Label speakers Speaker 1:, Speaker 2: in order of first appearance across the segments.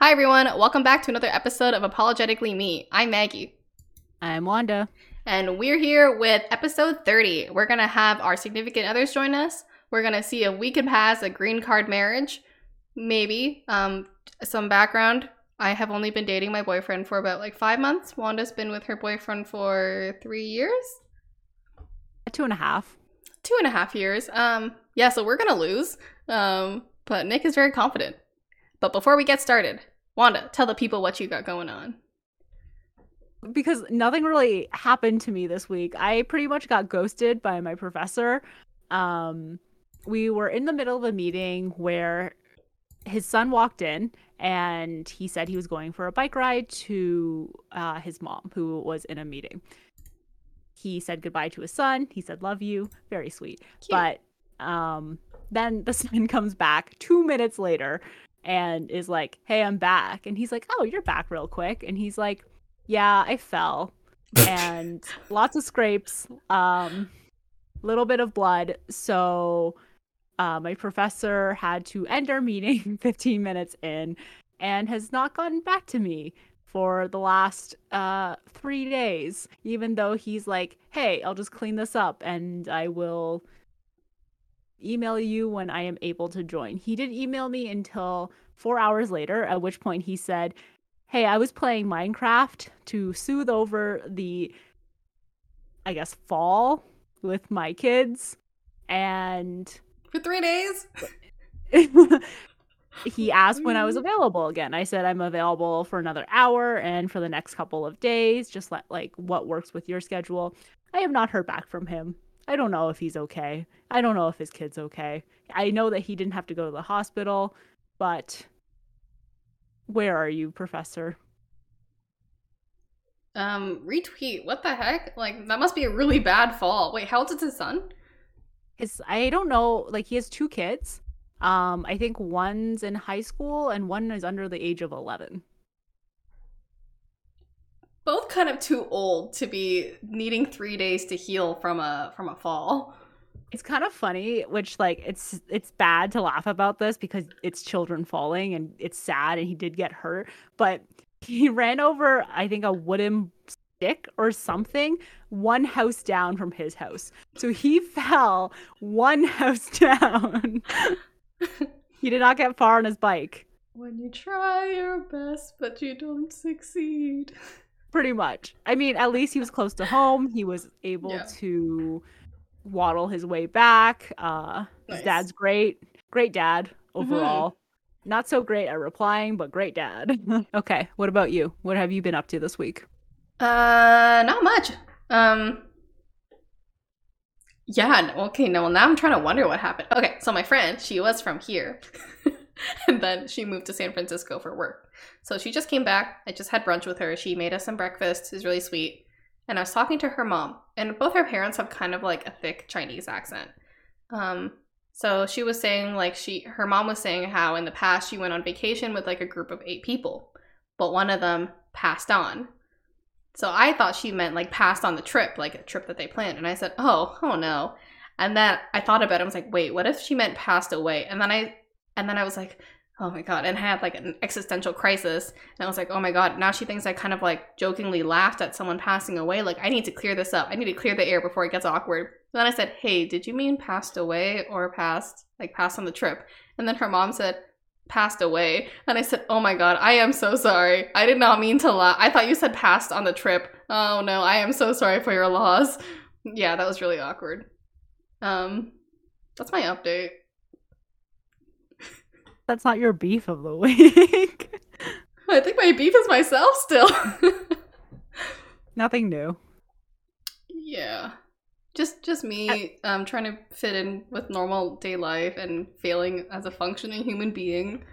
Speaker 1: Hi, everyone. Welcome back to another episode of Apologetically Me. I'm Maggie,
Speaker 2: I'm Wanda.
Speaker 1: and we're here with episode 30. We're going to have our significant others join us. We're going to see if we could pass a green card marriage, maybe. Um, some background. I have only been dating my boyfriend for about like five months. Wanda's been with her boyfriend for three years,
Speaker 2: Two and a half.
Speaker 1: two and a half years. Um, yeah, so we're going to lose. Um, but Nick is very confident. But before we get started, Wanda, tell the people what you got going on.
Speaker 2: Because nothing really happened to me this week. I pretty much got ghosted by my professor. Um, we were in the middle of a meeting where his son walked in and he said he was going for a bike ride to uh, his mom, who was in a meeting. He said goodbye to his son. He said, Love you. Very sweet.
Speaker 1: Cute.
Speaker 2: But um, then the son comes back two minutes later and is like, Hey, I'm back. And he's like, Oh, you're back real quick. And he's like, Yeah, I fell. and lots of scrapes, um, little bit of blood. So uh, my professor had to end our meeting 15 minutes in and has not gotten back to me for the last uh, three days, even though he's like, hey, I'll just clean this up and I will email you when I am able to join. He did email me until four hours later, at which point he said, hey, I was playing Minecraft to soothe over the, I guess, fall with my kids. And
Speaker 1: For three days?
Speaker 2: he asked when I was available again. I said I'm available for another hour and for the next couple of days. Just let like what works with your schedule. I have not heard back from him. I don't know if he's okay. I don't know if his kid's okay. I know that he didn't have to go to the hospital, but where are you, professor?
Speaker 1: Um, retweet. What the heck? Like that must be a really bad fall. Wait, how old is his son?
Speaker 2: His I don't know, like he has two kids. Um I think one's in high school and one is under the age of 11.
Speaker 1: Both kind of too old to be needing three days to heal from a from a fall.
Speaker 2: It's kind of funny, which like it's it's bad to laugh about this because it's children falling and it's sad and he did get hurt, but he ran over I think a wooden stick or something one house down from his house. So he fell one house down. he did not get far on his bike,
Speaker 1: When you try your best but you don't succeed.
Speaker 2: pretty much. I mean, at least he was close to home. He was able
Speaker 1: Yeah.
Speaker 2: to waddle his way back. Uh
Speaker 1: Nice. Mm-hmm.
Speaker 2: His dad's great. Great dad overall. Not so great at replying, but great dad. okay, what about you? What have you been up to this week?
Speaker 1: Uh, not much. Um, yeah. n- Okay. No. Well, now I'm trying to wonder what happened. Okay. So my friend, she was from here, and then she moved to San Francisco for work. So she just came back. I just had brunch with her. She made us some breakfast. It was really sweet. And I was talking to her mom, and both her parents have kind of like a thick Chinese accent. Um, so she was saying like she her mom was saying how in the past she went on vacation with like a group of eight people, but one of them passed on. So I thought she meant like passed on the trip, like a trip that they planned. And I said, "Oh, oh no." And then I thought about it. I was like, "Wait, what if she meant passed away?" And then I and then I was like, "Oh my god." And I had like an existential crisis. And I was like, "Oh my god." Now she thinks I kind of like jokingly laughed at someone passing away. Like, I need to clear this up. I need to clear the air before it gets awkward. And then I said, "Hey, did you mean passed away or passed like passed on the trip?" And then her mom said, passed away. And I said, Oh my God, I am so sorry. I did not mean to laugh. I thought you said passed on the trip. Oh no, I am so sorry for your loss. Yeah, that was really awkward. Um, that's my update.
Speaker 2: That's not your beef of the week.
Speaker 1: I think my beef is myself still.
Speaker 2: Nothing new.
Speaker 1: yeah. Just just me um trying to fit in with normal day life and failing as a functioning human being.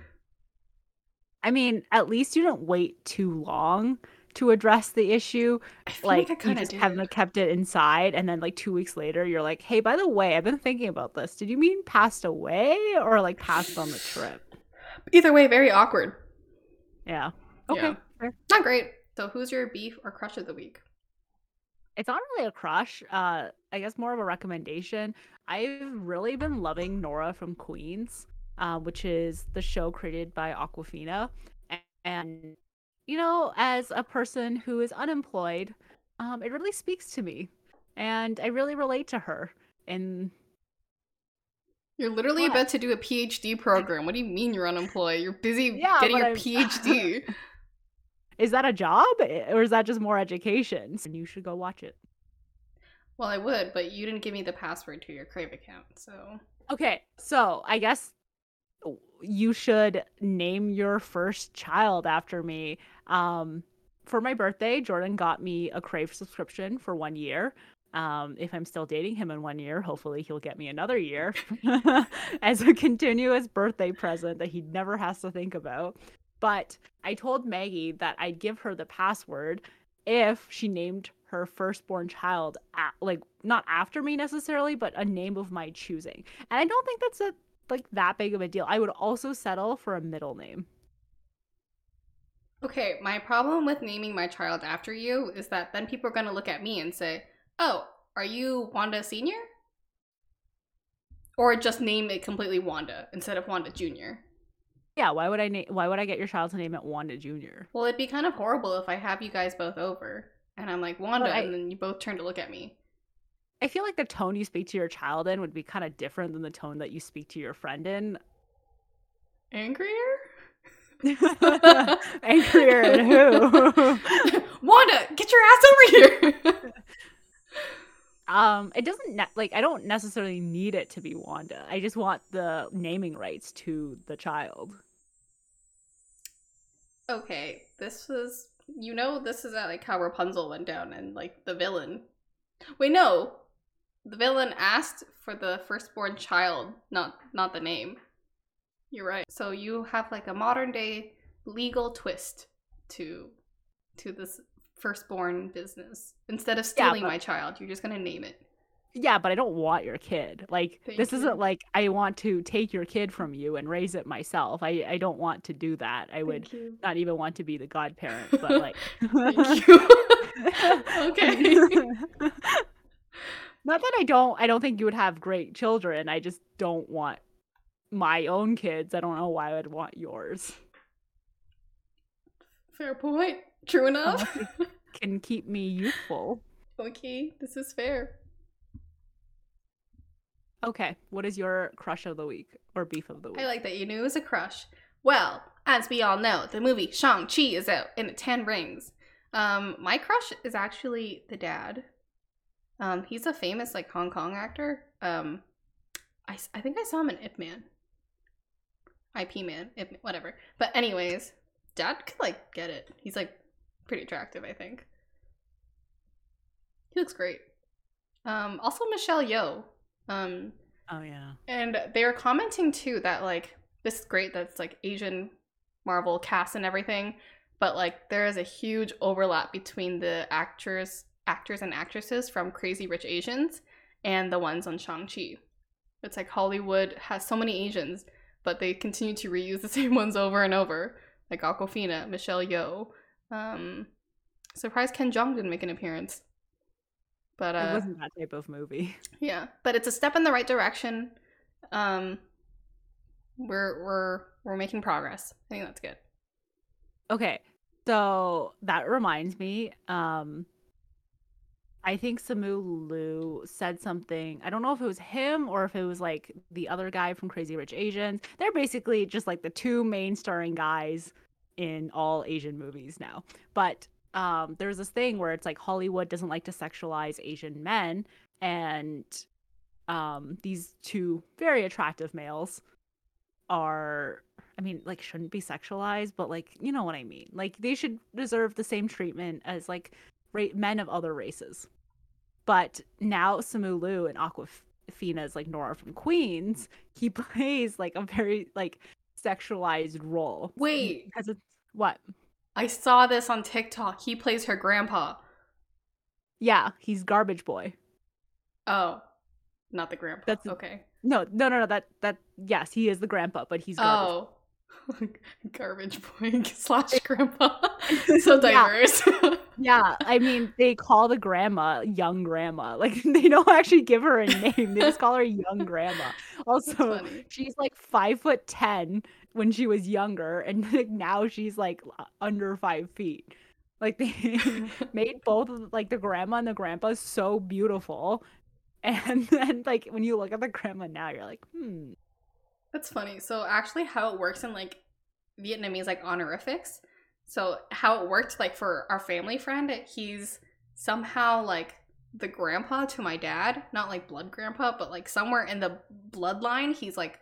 Speaker 2: I mean, at least you didn't wait too long to address the issue.
Speaker 1: I feel like,
Speaker 2: Like,
Speaker 1: I
Speaker 2: you
Speaker 1: kind of
Speaker 2: just
Speaker 1: did.
Speaker 2: haven't kept it inside, and then like two weeks later, you're like, "Hey, by the way, I've been thinking about this. Did you mean passed away or like passed on the trip?"
Speaker 1: Either way, very awkward.
Speaker 2: Yeah. Okay.
Speaker 1: Yeah.
Speaker 2: fair.
Speaker 1: Not great. So who's your beef or crush of the week?
Speaker 2: it's not really a crush. Uh, I guess more of a recommendation. I've really been loving Nora from Queens, uh, which is the show created by Aquafina, a- And, you know, as a person who is unemployed, um, it really speaks to me. And I really relate to her. And
Speaker 1: You're literally
Speaker 2: What?
Speaker 1: about to do a PhD program. What do you mean you're unemployed? You're busy
Speaker 2: Yeah,
Speaker 1: getting
Speaker 2: but
Speaker 1: your
Speaker 2: I'm-
Speaker 1: PhD.
Speaker 2: is that a job eh, or is that just more education? And you should go watch it.
Speaker 1: well, I would, but you didn't give me the password to your Crave account, so
Speaker 2: Okay, so I guess you should name your first child after me. Um, for my birthday, Jordan got me a Crave subscription for one year. Um, if I'm still dating him in one year, hopefully he'll get me another year as a continuous birthday present that he never has to think about. But I told Maggie that I'd give her the password if she named her firstborn child a like not after me necessarily, but a name of my choosing. And I don't think that's a like that big of a deal. I would also settle for a middle name.
Speaker 1: Okay, my problem with naming my child after you is that then people are going to look at me and say, "Oh, are you Wanda Senior?" Or just name it completely Wanda instead of Wanda Junior.
Speaker 2: Yeah, why would I name why would I get your child to name it Wanda Junior?
Speaker 1: Well, it'd be kind of horrible if I have you guys both over and I'm like Wanda,
Speaker 2: But I-
Speaker 1: and then you both turn to look at me.
Speaker 2: I feel like the tone you speak to your child in would be kind of different than the tone that you speak to your friend in.
Speaker 1: Angrier?
Speaker 2: Angrier at who?
Speaker 1: Wanda, get your ass over here.
Speaker 2: um, it doesn't ne- like I don't necessarily need it to be Wanda. I just want the naming rights to the child.
Speaker 1: okay, this was you know this is uh, like how Rapunzel went down and like the villain. Wait, no. The villain asked for the firstborn child, not not the name. You're right. So you have like a modern day legal twist to to this firstborn business. Instead of
Speaker 2: Yeah,
Speaker 1: stealing
Speaker 2: but-
Speaker 1: my child, you're just going to name it.
Speaker 2: Yeah, but I don't want your kid. Like
Speaker 1: Thank
Speaker 2: this
Speaker 1: you.
Speaker 2: isn't like I want to take your kid from you and raise it myself. I I don't want to do that. I would
Speaker 1: you.
Speaker 2: not even want to be the godparent, but like
Speaker 1: Thank you. okay.
Speaker 2: Not that I don't I don't think you would have great children. I just don't want my own kids. I don't know why I would want yours.
Speaker 1: Fair point. True enough.
Speaker 2: Unless it can keep me youthful.
Speaker 1: okay, this is fair.
Speaker 2: Okay, what is your crush of the week or beef of the week?
Speaker 1: I like that you knew it was a crush. Well, as we all know, the movie Shang-Chi is out and it ten rings. Um, my crush is actually the dad. Um, he's a famous like Hong Kong actor. Um, I, s- I think I saw him in Ip Man. IP Man, Ip Man, whatever. But anyways, dad could like get it. He's like pretty attractive, I think. He looks great. Um, also Michelle Yeoh. Um,
Speaker 2: oh yeah.
Speaker 1: and they were commenting too that like this is great that's like Asian Marvel cast and everything, but like there is a huge overlap between the actors actors and actresses from Crazy Rich Asians and the ones on Shang-Chi. It's like Hollywood has so many Asians, but they continue to reuse the same ones over and over, like Aquafina, Michelle Yeoh. Um surprised Ken Jeong didn't make an appearance. But uh
Speaker 2: it wasn't that type of movie.
Speaker 1: yeah, but it's a step in the right direction. Um, we're we're we're making progress. I think that's good.
Speaker 2: Okay. So that reminds me. Um I think Samu Lu said something. I don't know if it was him or if it was like the other guy from Crazy Rich Asians. They're basically just like the two main starring guys in all Asian movies now. But um there's this thing where it's like Hollywood doesn't like to sexualize Asian men and um these two very attractive males are I mean, like shouldn't be sexualized, but like you know what I mean. Like they should deserve the same treatment as like ra- men of other races. But now Samu Liu and Aquafina is like Nora from Queens. He plays like a very like sexualized role.
Speaker 1: Wait.
Speaker 2: because it's what?
Speaker 1: I saw this on TikTok. He plays her grandpa.
Speaker 2: Yeah, he's garbage boy.
Speaker 1: Oh, not the grandpa.
Speaker 2: That's-
Speaker 1: okay.
Speaker 2: No, no, no, no. That that yes, he is the grandpa, but he's garbage.
Speaker 1: Oh, garbage boy slash grandpa. so
Speaker 2: Yeah.
Speaker 1: diverse.
Speaker 2: Yeah, I mean, they call the grandma young grandma. Like they don't actually give her a name; they just call her young grandma. also
Speaker 1: funny.
Speaker 2: she's like five foot ten when she was younger, and like now she's like l- under five feet. Like they made both of- like the grandma and the grandpa so beautiful, and then like when you look at the grandma now, you're like, hmm,
Speaker 1: That's funny. So actually how it works in like Vietnamese like honorifics. So how it worked like for our family friend, he's somehow like the grandpa to my dad, not like blood grandpa, but like somewhere in the bloodline, he's like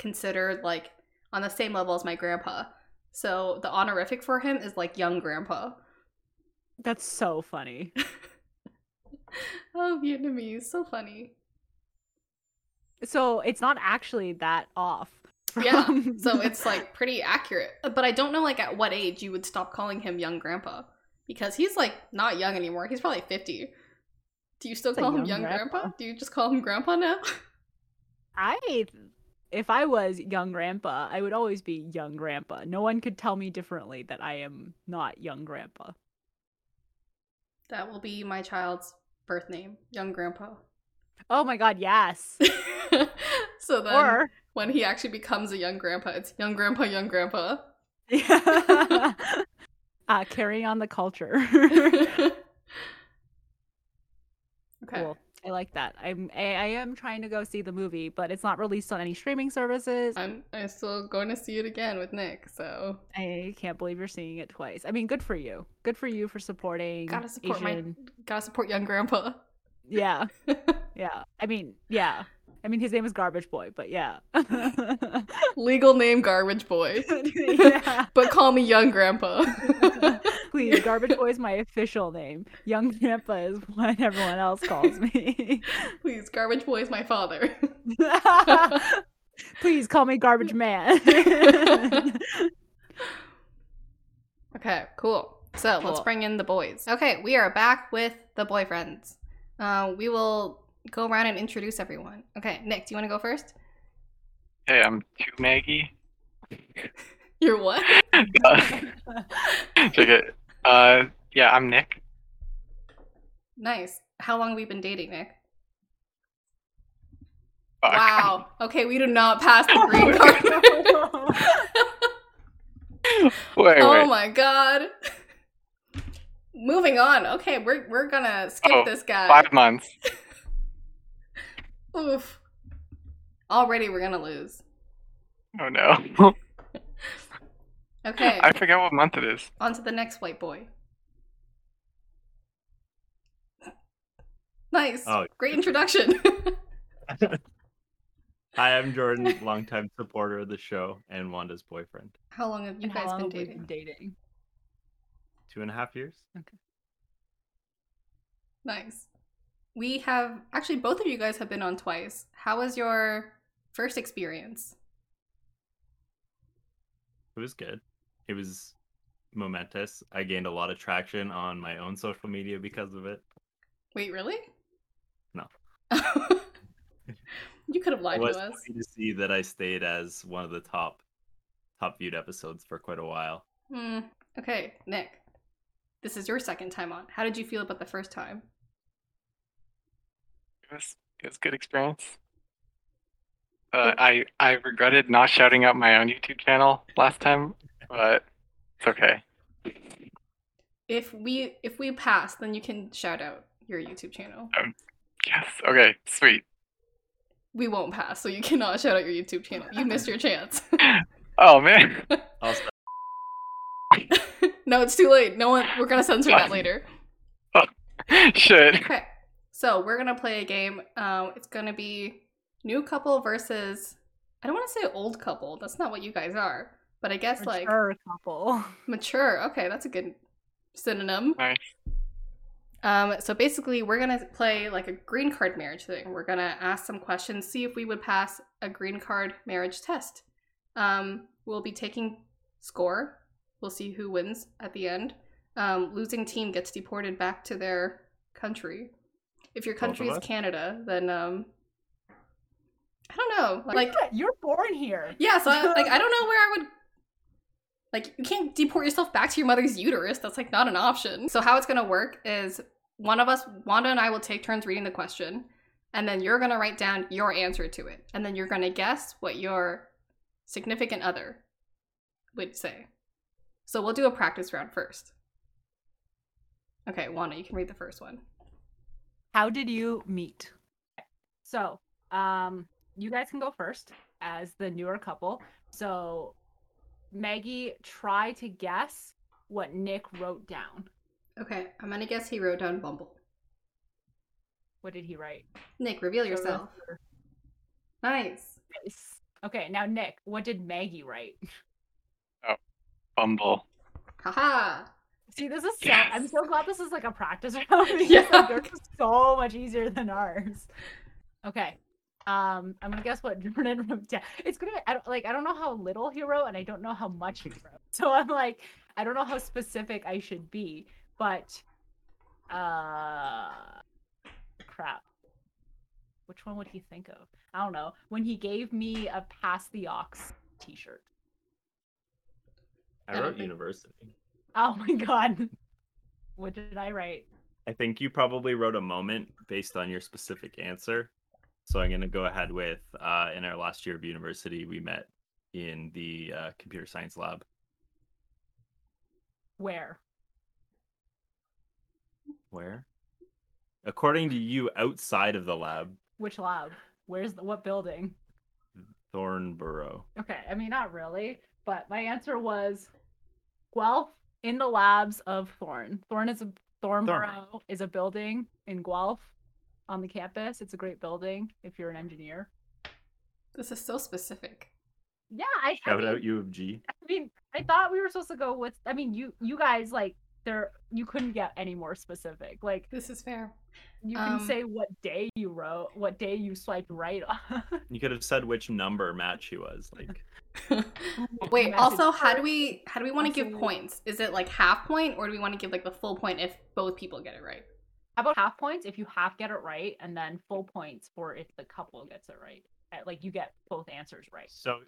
Speaker 1: considered like on the same level as my grandpa. So the honorific for him is like young grandpa.
Speaker 2: that's so funny.
Speaker 1: Oh, Vietnamese, so funny.
Speaker 2: So it's not actually that off.
Speaker 1: Yeah.
Speaker 2: from-
Speaker 1: So it's like pretty accurate. But I don't know like at what age you would stop calling him young grandpa because he's like not young anymore. He's probably 50. Do you still
Speaker 2: It's a
Speaker 1: call him young
Speaker 2: young
Speaker 1: grandpa?
Speaker 2: grandpa.
Speaker 1: Do you just call him grandpa now?
Speaker 2: I, if I was young grandpa, I would always be young grandpa. No one could tell me differently that I am not young grandpa.
Speaker 1: that will be my child's birth name, young grandpa.
Speaker 2: Oh my god, yes.
Speaker 1: so then
Speaker 2: or
Speaker 1: when he actually becomes a young grandpa, it's young grandpa, young grandpa.
Speaker 2: uh, carrying on the culture.
Speaker 1: okay.
Speaker 2: Cool. I like that. I'm I, I am trying to go see the movie, but it's not released on any streaming services.
Speaker 1: I'm I'm still going to see it again with Nick, so
Speaker 2: I can't believe you're seeing it twice. I mean, good for you. Good for you for supporting.
Speaker 1: gotta support
Speaker 2: Asian-
Speaker 1: my gotta support young grandpa.
Speaker 2: Yeah. Yeah. I mean, yeah. I mean, his name is Garbage Boy, but yeah.
Speaker 1: Legal name garbage boy.
Speaker 2: yeah.
Speaker 1: But call me young grandpa.
Speaker 2: Please, Garbage Boy is my official name. Young Grandpa is what everyone else calls me.
Speaker 1: Please, garbage boy is my father.
Speaker 2: Please call me Garbage Man.
Speaker 1: Okay, cool. So let's
Speaker 2: Cool.
Speaker 1: bring in the boys. Okay, we are back with the boyfriends. Uh, we will go around and introduce everyone. Okay, Nick, do you want to go first?
Speaker 3: Hey, I'm two Maggie.
Speaker 1: You're what?
Speaker 3: Check it. Uh, yeah, I'm Nick.
Speaker 1: Nice. How long have we been dating, Nick?
Speaker 3: Fuck.
Speaker 1: Wow. Okay, we do not pass the green card.
Speaker 3: Wait,
Speaker 1: oh
Speaker 3: wait.
Speaker 1: my god. Moving on. Okay, we're we're gonna skip
Speaker 3: Oh,
Speaker 1: this guy.
Speaker 3: Five months.
Speaker 1: Oof. Already we're gonna lose.
Speaker 3: Oh no.
Speaker 1: Okay,
Speaker 3: I forget what month it is.
Speaker 1: on to the next white boy. Nice.
Speaker 4: Oh.
Speaker 1: Great introduction.
Speaker 4: Hi, I'm Jordan, longtime supporter of the show and Wanda's boyfriend.
Speaker 1: How long have you
Speaker 2: And how
Speaker 1: guys
Speaker 2: long
Speaker 1: been
Speaker 2: have we been
Speaker 1: dating?
Speaker 2: dating?
Speaker 4: Two and a half years.
Speaker 1: Nice. We have actually both of you guys have been on twice. How was your first experience?
Speaker 4: It was good. It was momentous. I gained a lot of traction on my own social media because of it.
Speaker 1: Wait, really?
Speaker 4: No.
Speaker 1: you could have
Speaker 4: I
Speaker 1: lied
Speaker 4: was
Speaker 1: to us.
Speaker 4: happy to see that I stayed as one of the top top viewed episodes for quite a while.
Speaker 1: Hmm. Okay, Nick. This is your second time on. How did you feel about the first time?
Speaker 3: It was it was a good experience. Uh, I I regretted not shouting out my own YouTube channel last time, but it's okay.
Speaker 1: If we if we pass, then you can shout out your YouTube channel.
Speaker 3: Yes. Okay. Sweet.
Speaker 1: We won't pass, so you cannot shout out your YouTube channel. You missed your chance.
Speaker 3: Oh man.
Speaker 4: Also,
Speaker 1: no, it's too late. No one we're gonna censor that later.
Speaker 3: Shit.
Speaker 1: Okay. So we're gonna play a game. Um, it's gonna be new couple versus I don't wanna say old couple, that's not what you guys are. But I guess like
Speaker 2: Mature couple.
Speaker 1: Mature. Okay, that's a good synonym.
Speaker 3: Nice.
Speaker 1: Um, so basically, we're gonna play like a green card marriage thing. We're gonna ask some questions, see if we would pass a green card marriage test. Um, we'll be taking score. We'll see who wins at the end. Um, losing team gets deported back to their country. If your
Speaker 4: Both of
Speaker 1: country is
Speaker 4: us?
Speaker 1: Canada, then um, I don't know. Like,
Speaker 2: Like you're born here.
Speaker 1: yeah, so I, like I don't know where I would like you can't deport yourself back to your mother's uterus. That's like not an option. So how it's going to work is one of us Wanda and I will take turns reading the question. and then you're gonna write down your answer to it, and then you're gonna guess what your significant other would say. So we'll do a practice round first. Okay, Juana, you can read the first one.
Speaker 2: How did you meet? So, um, you guys can go first as the newer couple. So, Maggie, try to guess what Nick wrote down.
Speaker 1: Okay, I'm gonna guess he wrote down Bumble.
Speaker 2: What did he write?
Speaker 1: Nick, reveal yourself. Nice.
Speaker 2: Nice. Okay, now Nick, what did Maggie write?
Speaker 3: Bumble.
Speaker 1: Haha.
Speaker 2: See, this is so,
Speaker 3: Yes.
Speaker 2: I'm so glad this is like a practice round because
Speaker 1: Yeah.
Speaker 2: like, yours is so much easier than ours. Okay. Um, I'm gonna guess what Jordan wrote down. It's gonna I don't like I don't know how little he wrote and I don't know how much he wrote. So I'm like, I don't know how specific I should be, but uh crap. Which one would he think of? I don't know. When he gave me a pass the ox t-shirt.
Speaker 1: I
Speaker 4: I
Speaker 1: don't
Speaker 4: wrote
Speaker 1: think-
Speaker 4: university.
Speaker 2: Oh my god. What did I write?
Speaker 4: I think you probably wrote a moment based on your specific answer. So I'm going to go ahead with uh, in our last year of university, we met in the uh, computer science lab.
Speaker 2: Where?
Speaker 4: Where? According to you, outside of the lab,
Speaker 2: Which lab? Where's the, what building?
Speaker 4: Thornborough.
Speaker 2: Okay, I mean not really, but my answer was Guelph in the labs of Thorn. Thorn is a Thornborough is a building in Guelph on the campus. It's a great building if you're an engineer.
Speaker 1: This is so specific.
Speaker 2: Yeah, I, I
Speaker 4: Shout
Speaker 2: mean,
Speaker 4: out U of G.
Speaker 2: I mean, I thought we were supposed to go with. I mean, you you guys like there you couldn't get any more specific. Like
Speaker 1: This is fair.
Speaker 2: you can
Speaker 1: Um,
Speaker 2: say what day you wrote, what day you swiped right on.
Speaker 4: You could have said which number match he was. Like,
Speaker 2: Um,
Speaker 1: Wait,
Speaker 2: Message
Speaker 1: also how
Speaker 2: first.
Speaker 1: do we how do we want to give
Speaker 2: Absolutely.
Speaker 1: points? Is it like half point or do we want to give like the full point if both people get it right?
Speaker 2: How about half points if you half get it right, and then full points for if the couple gets it right? Uh, Like you get both answers right.
Speaker 4: so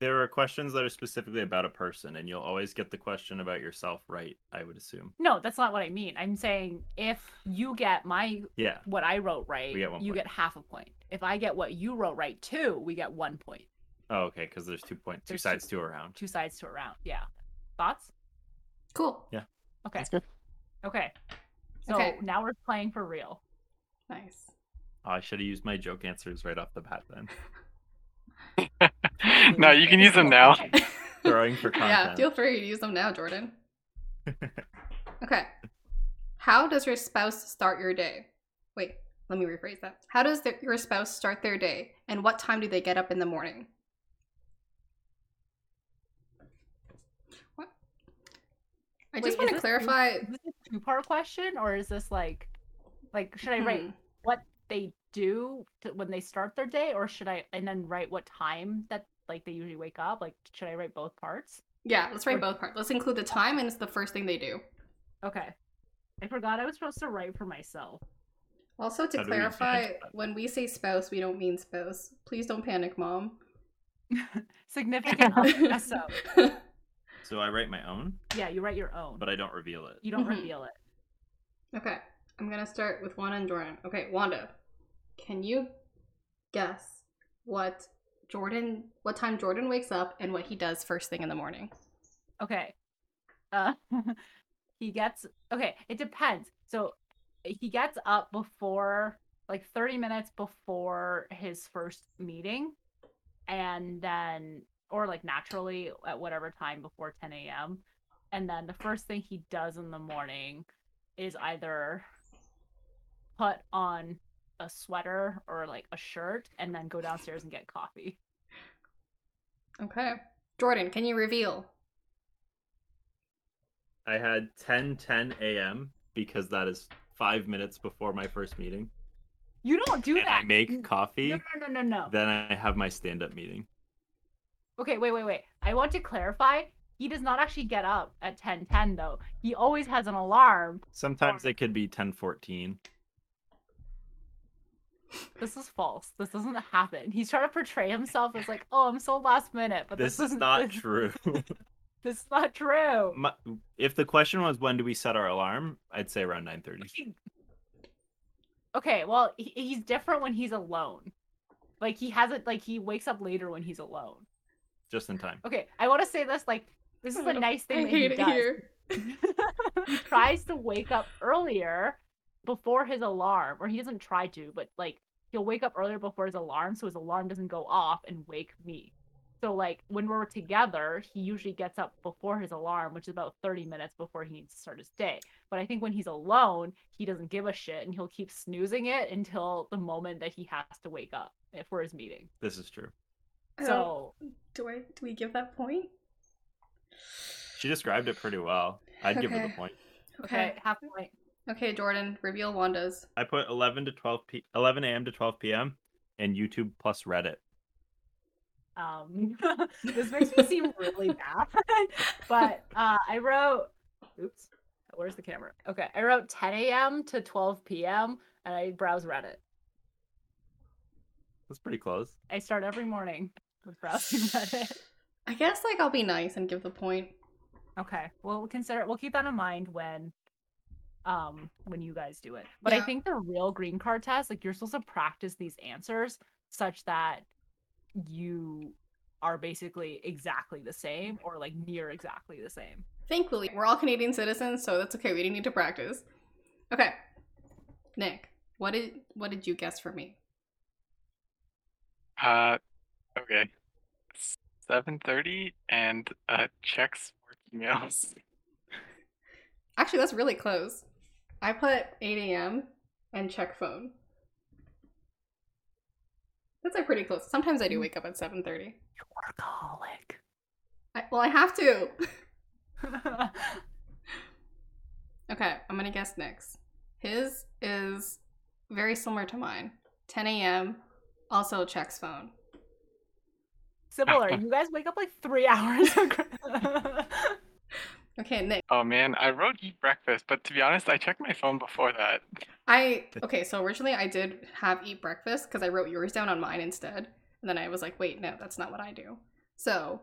Speaker 4: there are questions that are specifically about a person, and you'll always get the question about yourself right, I would assume.
Speaker 2: No, that's not what I mean. I'm saying if you get my
Speaker 4: Yeah.
Speaker 2: what I wrote right,
Speaker 4: get one
Speaker 2: you
Speaker 4: point.
Speaker 2: get half a point. If I get what you wrote right too, we get one point.
Speaker 4: Oh, okay. Because there's two point, two
Speaker 2: There's two-
Speaker 4: sides to a round.
Speaker 2: Two sides to a round. Yeah. Thoughts?
Speaker 1: Cool.
Speaker 2: Okay.
Speaker 3: good.
Speaker 2: Okay. So
Speaker 1: Okay.
Speaker 2: now we're playing for real.
Speaker 1: Nice.
Speaker 4: Oh, I should have used my joke answers right off the bat then.
Speaker 3: no, you can use them now.
Speaker 4: Throwing for
Speaker 1: Yeah,
Speaker 4: content.
Speaker 1: feel free to use them now, Jordan. okay. How does your spouse start your day? Wait, let me rephrase that. How does their, your spouse start their day and what time do they get up in the morning? What? I
Speaker 2: Wait,
Speaker 1: just want
Speaker 2: is
Speaker 1: to
Speaker 2: this-
Speaker 1: clarify
Speaker 2: Is this a two part question or is this like like should I write
Speaker 1: Hmm.
Speaker 2: what they do to, when they start their day or should i and then write what time that like they usually wake up like should i write both parts
Speaker 1: Yeah, let's write
Speaker 2: Or-
Speaker 1: both parts. Let's include the time and it's the first thing they do.
Speaker 2: okay i forgot i was supposed to write for myself
Speaker 1: Also, to
Speaker 4: How do we manage
Speaker 1: clarify,
Speaker 4: that?
Speaker 1: when we say spouse, we don't mean spouse. Please don't panic, mom.
Speaker 2: significant other, so
Speaker 4: so I write my own,
Speaker 2: yeah you write your own
Speaker 4: but I don't reveal it.
Speaker 2: you don't
Speaker 1: Mhm.
Speaker 2: reveal it
Speaker 1: Okay, I'm gonna start with Wanda and Jordan. Okay, Wanda, can you guess what Jordan, what time Jordan wakes up and what he does first thing in the morning?
Speaker 2: okay uh he gets okay it depends so he gets up before like 30 minutes before his first meeting and then or like naturally at whatever time before 10 a.m and then the first thing he does in the morning is either put on a sweater or like a shirt and then go downstairs and get coffee
Speaker 1: Okay, Jordan, can you reveal?
Speaker 4: I had 10 10 a.m. because that is five minutes before my first meeting.
Speaker 2: you don't do
Speaker 4: And
Speaker 2: that
Speaker 4: I
Speaker 2: N-
Speaker 4: make coffee.
Speaker 2: no no no no no
Speaker 4: Then I have my stand up meeting.
Speaker 2: Okay, wait, wait, wait. I want to clarify. He does not actually get up at ten ten though. He always has an alarm.
Speaker 4: Sometimes it could be ten fourteen.
Speaker 2: This is false. This doesn't happen. He's trying to portray himself as like, oh, I'm so last minute, but this,
Speaker 4: This is
Speaker 2: isn't-
Speaker 4: not
Speaker 2: this-
Speaker 4: true.
Speaker 2: This is not true.
Speaker 4: My, if the question was when do we set our alarm, I'd say around nine thirty.
Speaker 2: Okay, well, he, he's different when he's alone. Like he hasn't like he wakes up later when he's alone.
Speaker 4: just in time.
Speaker 2: Okay, I want to say this like this is a nice thing
Speaker 1: I
Speaker 2: that he
Speaker 1: hate it
Speaker 2: does.
Speaker 1: here.
Speaker 2: he tries to wake up earlier before his alarm, or he doesn't try to, but like he'll wake up earlier before his alarm, so his alarm doesn't go off and wake me. So like when we're together, he usually gets up before his alarm, which is about 30 minutes before he needs to start his day. But I think when he's alone, he doesn't give a shit and he'll keep snoozing it until the moment that he has to wake up eh, for his meeting.
Speaker 4: This is true.
Speaker 1: I don't-
Speaker 2: So
Speaker 1: do I? Do we give that point?
Speaker 4: She described it pretty well. I'd give her the
Speaker 1: Okay.
Speaker 4: point.
Speaker 1: Okay.
Speaker 2: okay, half point.
Speaker 1: Okay, Jordan, reveal Wanda's.
Speaker 4: I put 11 to 12 p 11 a.m. to 12 p.m. and YouTube plus Reddit.
Speaker 2: um this makes me seem really bad but uh i wrote oops where's the camera okay i wrote 10 a.m to 12 p.m and i browse reddit
Speaker 4: That's pretty close.
Speaker 2: i start every morning with browsing reddit
Speaker 1: I guess like I'll be nice and give the point.
Speaker 2: okay well we'll consider we'll keep that in mind when um when you guys do it but i
Speaker 1: Yeah.
Speaker 2: think the real green card test like you're supposed to practice these answers such that you are basically exactly the same or like near exactly the same
Speaker 1: Thankfully, we're all Canadian citizens, so that's okay. We didn't need to practice. Okay, Nick, what did what did you guess for me?
Speaker 3: Uh, okay. Seven thirty and uh, checks for emails.
Speaker 1: Actually, that's really close. I put 8 a.m. and check phone. That's like pretty close. Sometimes I do wake up at 7:30.
Speaker 2: workaholic
Speaker 1: I, well, I have to. Okay, I'm gonna guess Nick's. His is very similar to mine. 10 a.m. Also checks phone.
Speaker 2: Similar. you guys wake up like three hours. ago.
Speaker 1: Okay, Nick.
Speaker 3: Oh man, I wrote eat breakfast, but to be honest, I checked my phone before that.
Speaker 1: I okay. So originally I did have eat breakfast because I wrote yours down on mine instead, and then I was like, wait, no, that's not what I do. So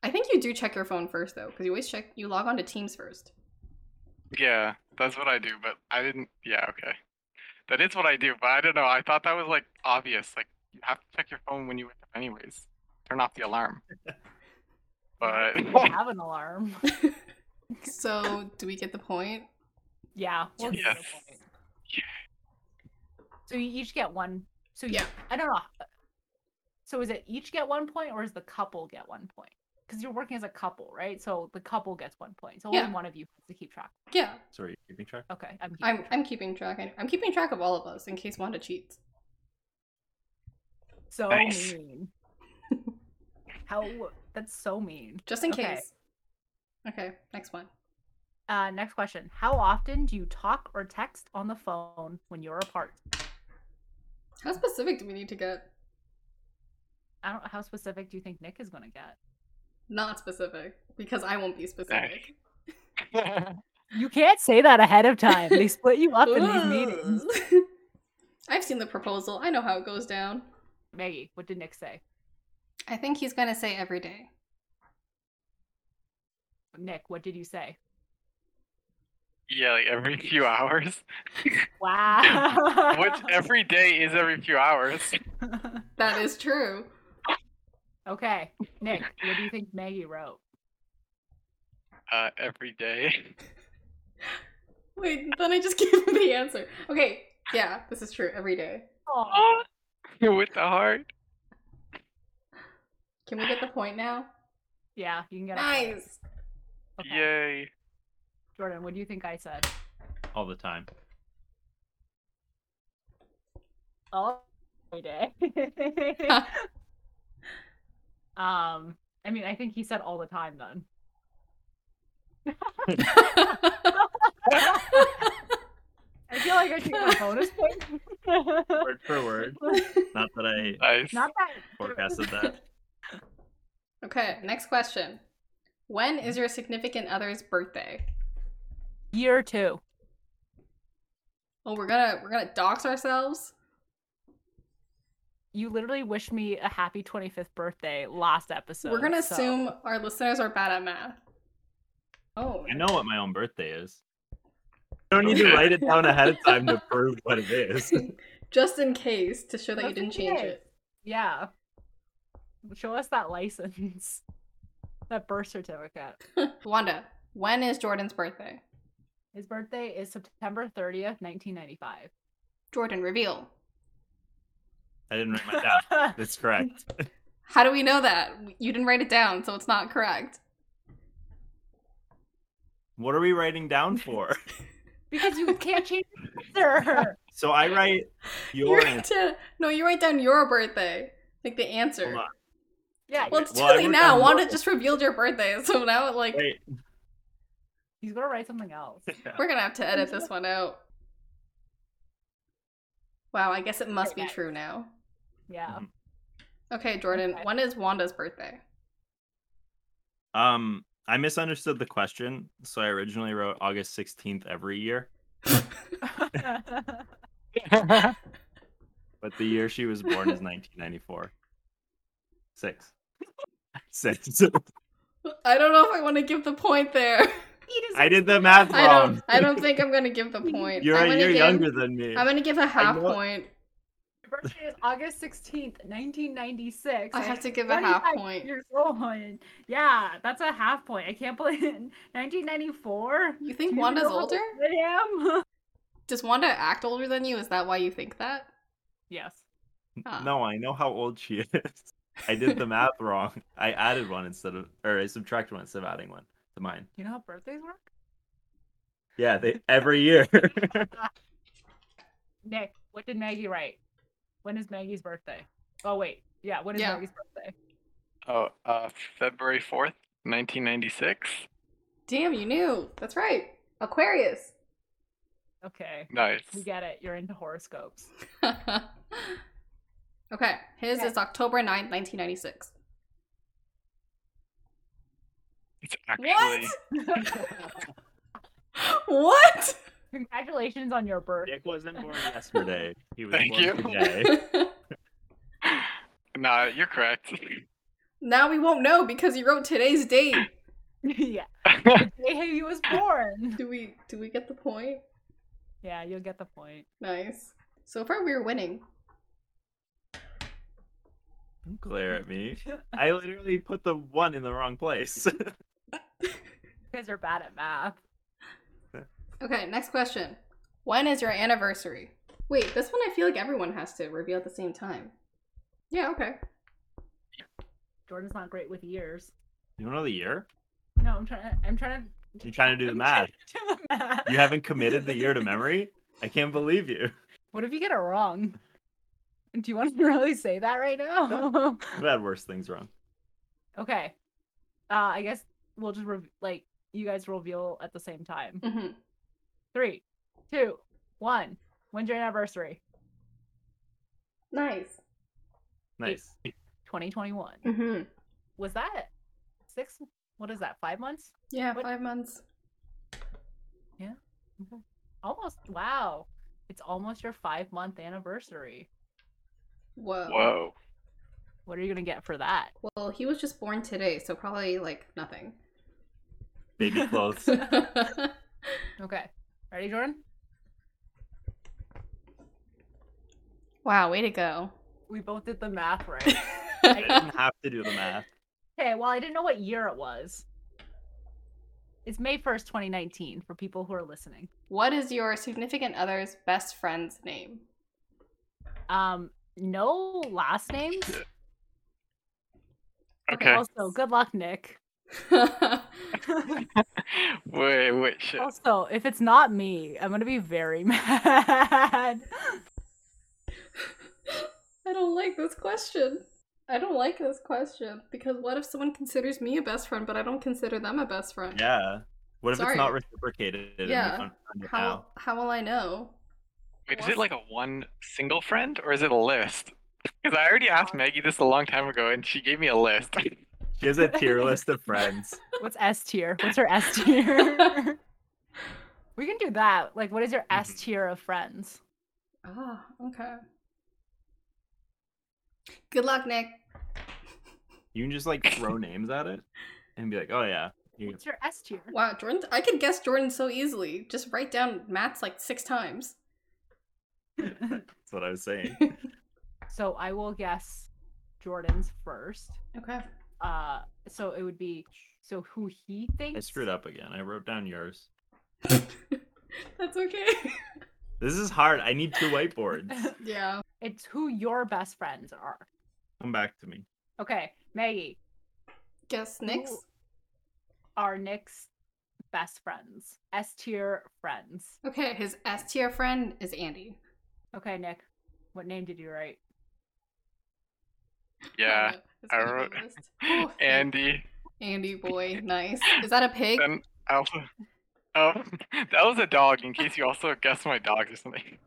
Speaker 1: I think you do check your phone first though, because you always check. You log on to Teams first.
Speaker 3: Yeah, that's what I do, but I didn't. Yeah, okay. That is what I do, but I don't know. I thought that was like obvious. Like you have to check your phone when you wake up, anyways. Turn off the alarm. But
Speaker 2: You don't have an alarm.
Speaker 1: so do we get the point?
Speaker 2: Yeah. we'll give you a
Speaker 3: Yes.
Speaker 2: point. So you each get one. So you-
Speaker 1: Yeah.
Speaker 2: I don't know. So is it each get one point, or is the couple get one point? Because you're working as a couple, right? So the couple gets one point. So
Speaker 1: Yeah.
Speaker 2: only one of you has to keep track.
Speaker 1: Yeah,
Speaker 4: Sorry, you keeping track?
Speaker 2: Okay, I'm. keeping
Speaker 1: I'm
Speaker 2: track.
Speaker 1: I'm keeping track. I- I'm keeping track of all of us in case Wanda cheats.
Speaker 2: so
Speaker 3: Nice.
Speaker 2: mean. How? That's so mean.
Speaker 1: Just in
Speaker 2: Okay.
Speaker 1: case. Okay, next one.
Speaker 2: Uh, next question. How often do you talk or text on the phone when you're apart?
Speaker 1: How specific do we need to get?
Speaker 2: I don't. How specific do you think Nick is gonna get?
Speaker 1: Not specific, because I won't be specific.
Speaker 2: You can't say that ahead of time. They split you up
Speaker 1: Ooh. I've seen the proposal. I know how it goes down.
Speaker 2: Maggie, what did Nick say?
Speaker 1: I think he's gonna say every day.
Speaker 2: Nick, what did you say?
Speaker 3: yeah, like every few hours.
Speaker 2: Wow.
Speaker 3: Which every day is every few hours.
Speaker 1: That is true.
Speaker 2: okay, Nick, what do you think Maggie wrote?
Speaker 3: Uh, every day.
Speaker 1: Wait, then I just gave him the answer. Okay, yeah, this is true. Every day.
Speaker 2: Oh,
Speaker 3: Ah, With the heart.
Speaker 1: Can we get the point now?
Speaker 2: yeah, you can get a point.
Speaker 1: Nice.
Speaker 2: Okay.
Speaker 3: Yay.
Speaker 2: Jordan, what do you think I said?
Speaker 4: All the time.
Speaker 2: all day. um, I mean, I think he said all the time then. I feel like I should get a bonus point.
Speaker 4: Word for word. Not that I
Speaker 3: Nice.
Speaker 2: Not that
Speaker 4: forecasted that.
Speaker 1: okay, next question. When is your significant other's birthday?
Speaker 2: year two.
Speaker 1: Oh, we're gonna we're gonna dox ourselves.
Speaker 2: You literally wished me a happy 25th birthday last episode.
Speaker 1: we're gonna
Speaker 2: so-
Speaker 1: assume our listeners are bad at math. Oh,
Speaker 4: I know what my own birthday is. don't need to
Speaker 3: Okay.
Speaker 4: write it down ahead of time to prove what it is.
Speaker 1: just in case to show that you
Speaker 2: Just in
Speaker 1: didn't change
Speaker 2: case.
Speaker 1: it.
Speaker 2: Yeah. Show us that license. That birth certificate.
Speaker 1: Wanda, when is Jordan's birthday?
Speaker 2: His birthday is September 30th, 1995.
Speaker 1: Jordan, reveal.
Speaker 4: I didn't write my down. That's correct.
Speaker 1: How do we know that? You didn't write it down, so it's not correct.
Speaker 4: What are we writing down for?
Speaker 2: because you can't change the answer.
Speaker 4: So I write your
Speaker 1: You write
Speaker 4: answer.
Speaker 1: down- no, you write down your birthday, like the answer.
Speaker 4: Hold on.
Speaker 2: Yeah,
Speaker 1: Well, it's too
Speaker 4: Well, I
Speaker 1: late
Speaker 4: wrote
Speaker 1: now.
Speaker 4: down
Speaker 1: Wanda
Speaker 4: yours.
Speaker 1: just revealed your birthday, so now like
Speaker 4: Wait.
Speaker 2: he's gonna write something else.
Speaker 1: we're gonna have to edit this one out. Wow, I guess it must be
Speaker 2: Okay, guys.
Speaker 1: true now.
Speaker 2: Yeah.
Speaker 4: Mhm.
Speaker 1: Okay, Jordan,
Speaker 2: Okay.
Speaker 1: when is Wanda's birthday?
Speaker 4: Um, I misunderstood the question, so I originally wrote August 16th every year, but the year she was born is 1994. Six. Six.
Speaker 1: I don't know if I want to give the point there.
Speaker 4: I did the math
Speaker 1: I don't.
Speaker 4: wrong.
Speaker 1: I don't think I'm gonna give the point.
Speaker 4: You're
Speaker 1: I'm
Speaker 4: a
Speaker 1: gonna
Speaker 4: year
Speaker 1: give-
Speaker 4: younger than me.
Speaker 1: I'm gonna give a half
Speaker 4: know-
Speaker 1: point.
Speaker 2: Your birthday is August 16th, 1996.
Speaker 1: I
Speaker 2: and
Speaker 1: have to give a
Speaker 2: 25
Speaker 1: half point.
Speaker 2: Years old. Yeah, that's a half point. I can't believe 1994.
Speaker 1: You
Speaker 2: Do
Speaker 1: think
Speaker 2: you
Speaker 1: Wanda's
Speaker 2: know how
Speaker 1: older?
Speaker 2: old I am.
Speaker 1: Does Wanda act older than you? Is that why you think that?
Speaker 2: yes.
Speaker 1: Ah.
Speaker 4: No, I know how old she is. I did the math wrong. I added one instead of, or I subtracted one instead of adding one to mine.
Speaker 2: You know how birthdays work?
Speaker 4: Yeah, they every year.
Speaker 2: Nick, what did Maggie write? When is Maggie's birthday? Oh wait, yeah. When is
Speaker 1: Yeah.
Speaker 2: Maggie's birthday?
Speaker 3: Oh, uh, February 4th, 1996.
Speaker 1: Damn, you knew. That's right. Aquarius.
Speaker 2: Okay,
Speaker 3: Nice.
Speaker 2: we get it. You're into horoscopes.
Speaker 1: okay, his
Speaker 2: Okay.
Speaker 1: is October 9th, 1996.
Speaker 3: It's actually.
Speaker 1: What?
Speaker 2: Congratulations on your birth.
Speaker 4: Nick wasn't born yesterday. He was
Speaker 3: Thank
Speaker 4: born
Speaker 3: you.
Speaker 4: today.
Speaker 3: Nah, you're correct.
Speaker 1: now we won't know because you wrote today's date.
Speaker 2: yeah, the day he was born.
Speaker 1: Do we do we get the point?
Speaker 2: Yeah, you'll get the point.
Speaker 1: Nice. So far we're winning.
Speaker 4: Don't glare at me. I literally put the one in the wrong place.
Speaker 2: You guys are bad at math.
Speaker 1: Okay, next question. When is your anniversary? Wait, this one I feel like everyone has to reveal at the same time. Yeah, okay.
Speaker 2: Jordan's not great with years.
Speaker 4: you don't know the year?
Speaker 2: No, I'm trying. I'm trying to.
Speaker 4: You're trying to do the
Speaker 2: I'm
Speaker 4: math.
Speaker 2: trying to do the math.
Speaker 4: You haven't committed the year to memory? I can't believe you.
Speaker 2: What if you get it wrong? Do you want to really say that right now?
Speaker 4: I've had worse things wrong.
Speaker 2: Okay. Uh, I guess we'll just rev like you guys reveal at the same time.
Speaker 1: hmm
Speaker 2: Three, two, one. When's your anniversary?
Speaker 1: Nice.
Speaker 4: Nice.
Speaker 2: 2021.
Speaker 1: hmm
Speaker 2: Was that six? What is that? Five months?
Speaker 1: Yeah,
Speaker 2: What-
Speaker 1: five months.
Speaker 2: Almost. Wow. It's almost your five month anniversary.
Speaker 1: Whoa.
Speaker 3: Whoa.
Speaker 2: What are you gonna get for that?
Speaker 1: Well, he was just born today, so probably like nothing.
Speaker 4: Baby clothes.
Speaker 2: Okay. Ready, Jordan?
Speaker 1: wow, way to go.
Speaker 2: We both did the math right.
Speaker 4: I didn't have to do the math.
Speaker 2: Okay, well, I didn't know what year it was. It's May 1st, 2019, for people who are listening.
Speaker 1: what is your significant other's best friend's name?
Speaker 2: Um, no last names.
Speaker 3: Okay.
Speaker 2: Also, good luck, Nick.
Speaker 3: Wait, wait, shit.
Speaker 2: also, if it's not me, I'm gonna be very mad.
Speaker 1: I don't like this question. I don't like this question because what if someone considers me a best friend, but I don't consider them a best friend?
Speaker 4: Yeah. What if
Speaker 1: Sorry.
Speaker 4: it's not reciprocated? and we
Speaker 1: Yeah.
Speaker 4: found it
Speaker 1: How
Speaker 4: out?
Speaker 1: how will I know?
Speaker 3: Wait, is it like a one single friend or is it a list? Because I already asked Maggie this a long time ago and she gave me a list.
Speaker 4: She has a tier list of friends.
Speaker 2: What's S tier? What's her S tier? we can do that. Like, what is your S
Speaker 4: Mhm.
Speaker 2: tier of friends?
Speaker 1: Ah, okay. Good luck, Nick.
Speaker 4: You can just like throw names at it and be like, oh yeah, You-
Speaker 2: What's your S tier?
Speaker 1: Wow, Jordan! I could guess Jordan so easily. Just write down Matt's like six times.
Speaker 4: That's what I was saying.
Speaker 2: So I will guess Jordan's first.
Speaker 1: Okay.
Speaker 2: Uh, so it would be so who he thinks.
Speaker 4: I screwed up again. I wrote down yours.
Speaker 1: That's okay.
Speaker 4: This is hard. I need two whiteboards.
Speaker 1: yeah.
Speaker 2: it's who your best friends are.
Speaker 4: Come back to me.
Speaker 2: Okay, Maggie
Speaker 1: Guess Nick's.
Speaker 2: Ooh. are Nick's best friends. S tier friends.
Speaker 1: Okay, his S tier friend is Andy.
Speaker 2: Okay, Nick, what name did you write?
Speaker 3: Yeah.
Speaker 1: Oh, it's
Speaker 3: I
Speaker 1: gonna be
Speaker 3: wrote-
Speaker 1: on the list. Oh, thank-
Speaker 3: Andy.
Speaker 1: Andy boy, nice. Is that a pig?
Speaker 3: Then I also. Oh, that was a dog. In case you also guessed my dog or something.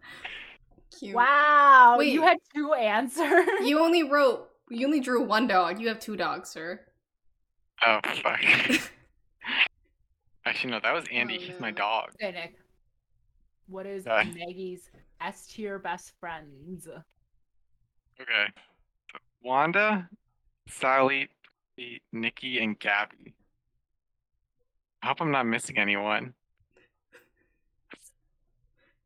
Speaker 1: Cute.
Speaker 2: Wow, you
Speaker 1: Wait.
Speaker 2: had two answers.
Speaker 1: You only wrote. You only drew one dog. You have two dogs, sir.
Speaker 3: Oh fuck. Actually, no, that was Andy. He's my
Speaker 1: no.
Speaker 3: dog.
Speaker 2: Okay, Nick. What is
Speaker 3: Uh.
Speaker 2: Maggie's S tier best friends?
Speaker 3: Oh, Okay. So Wanda, Sally, Pete, Nikki, and Gabby. I hope I'm not missing anyone.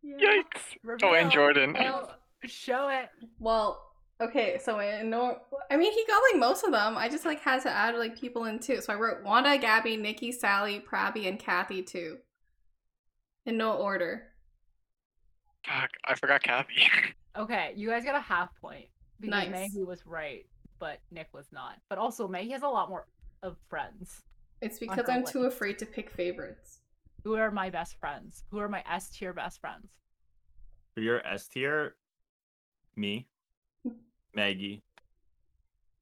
Speaker 3: Yikes! Oh, and
Speaker 2: Reveal.
Speaker 3: Jordan.
Speaker 2: Well, show it.
Speaker 1: Well, okay, so I know. I mean, he got like most of them. I just like had to add like people in too. So I wrote Wanda, Gabby, Nikki, Sally, Prabby, and Kathy too, in no order.
Speaker 3: Fuck, I forgot Kathy.
Speaker 2: Okay, you guys got a half point because
Speaker 1: Nice.
Speaker 2: Maggie was right, but Nick was not. But also, Maggie has a lot more of friends.
Speaker 1: It's because
Speaker 2: her
Speaker 1: I'm
Speaker 2: list.
Speaker 1: too afraid to pick favorites.
Speaker 2: Who are my best friends? Who are my S tier best friends?
Speaker 4: For your S tier, me, Maggie,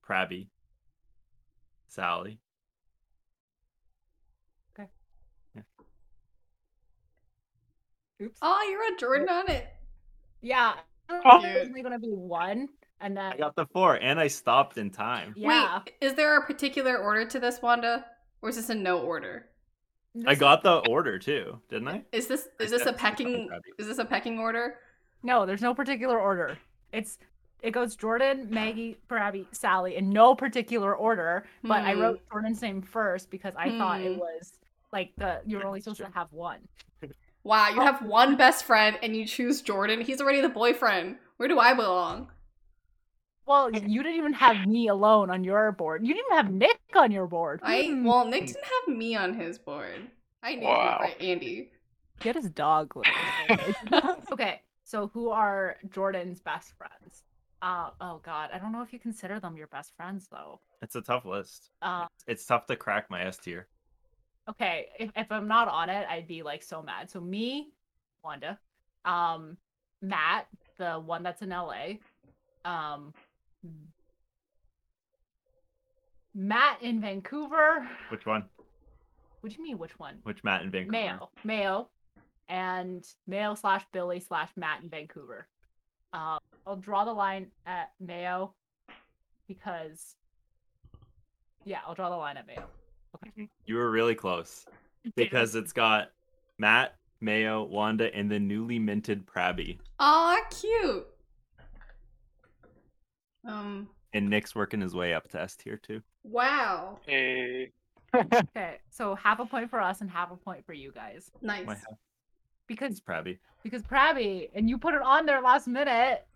Speaker 4: Prabby, Sally.
Speaker 2: Oops.
Speaker 1: Oh, you wrote Jordan on it.
Speaker 2: Yeah, I
Speaker 3: Oh.
Speaker 2: thought there was only gonna be one, and then
Speaker 4: I got the four, and I stopped in time.
Speaker 2: yeah,
Speaker 1: Wait, is there a particular order to this, Wanda, or is this in no order?
Speaker 4: I
Speaker 2: This-
Speaker 4: got the order too, didn't I?
Speaker 1: Is this is this a pecking is this a pecking order?
Speaker 2: no. There's no particular order. It's it goes Jordan, Maggie, Parabby, Sally in no particular order. But I
Speaker 1: Hmm.
Speaker 2: wrote Jordan's name first because I thought it
Speaker 1: Hmm.
Speaker 2: was like the you're only supposed to
Speaker 4: Sure.
Speaker 2: have one.
Speaker 1: Wow,
Speaker 2: Oh.
Speaker 1: you have one best friend and you choose Jordan. He's already the boyfriend. Where do I belong?
Speaker 2: Well, you didn't even have me alone on your board. You didn't even have Nick on your board.
Speaker 1: I
Speaker 2: Hmm.
Speaker 1: well, Nick didn't have me on his board. I named him
Speaker 3: Wow.
Speaker 1: by Andy.
Speaker 2: get his dog. literally. okay, so who are Jordan's best friends? Uh, oh God, I don't know if you consider them your best friends though.
Speaker 4: It's a tough list.
Speaker 1: Ah.
Speaker 2: Uh,
Speaker 4: It's tough to crack my S tier.
Speaker 2: okay, if, if I'm not on it, I'd be like so mad. So me, Wanda, um, Matt, the one that's in LA, um, Matt in Vancouver.
Speaker 4: Which one?
Speaker 2: What do you mean? Which one?
Speaker 4: Which Matt in Vancouver?
Speaker 2: Mayo, Mayo, and Mayo slash Billy slash Matt in Vancouver. Um, I'll draw the line at Mayo because, yeah, I'll draw the line at Mayo.
Speaker 4: You were really close because it's got Matt, Mayo, Wanda, and the newly minted Prabby.
Speaker 1: Aw, cute. Um.
Speaker 4: And Nick's working his way up to S tier too.
Speaker 1: Wow.
Speaker 3: Hey.
Speaker 2: okay, so half a point for us and half a point for you guys
Speaker 1: Nice.
Speaker 4: My
Speaker 2: because
Speaker 4: It's Prabby.
Speaker 2: because Prabby and you put it on there last minute,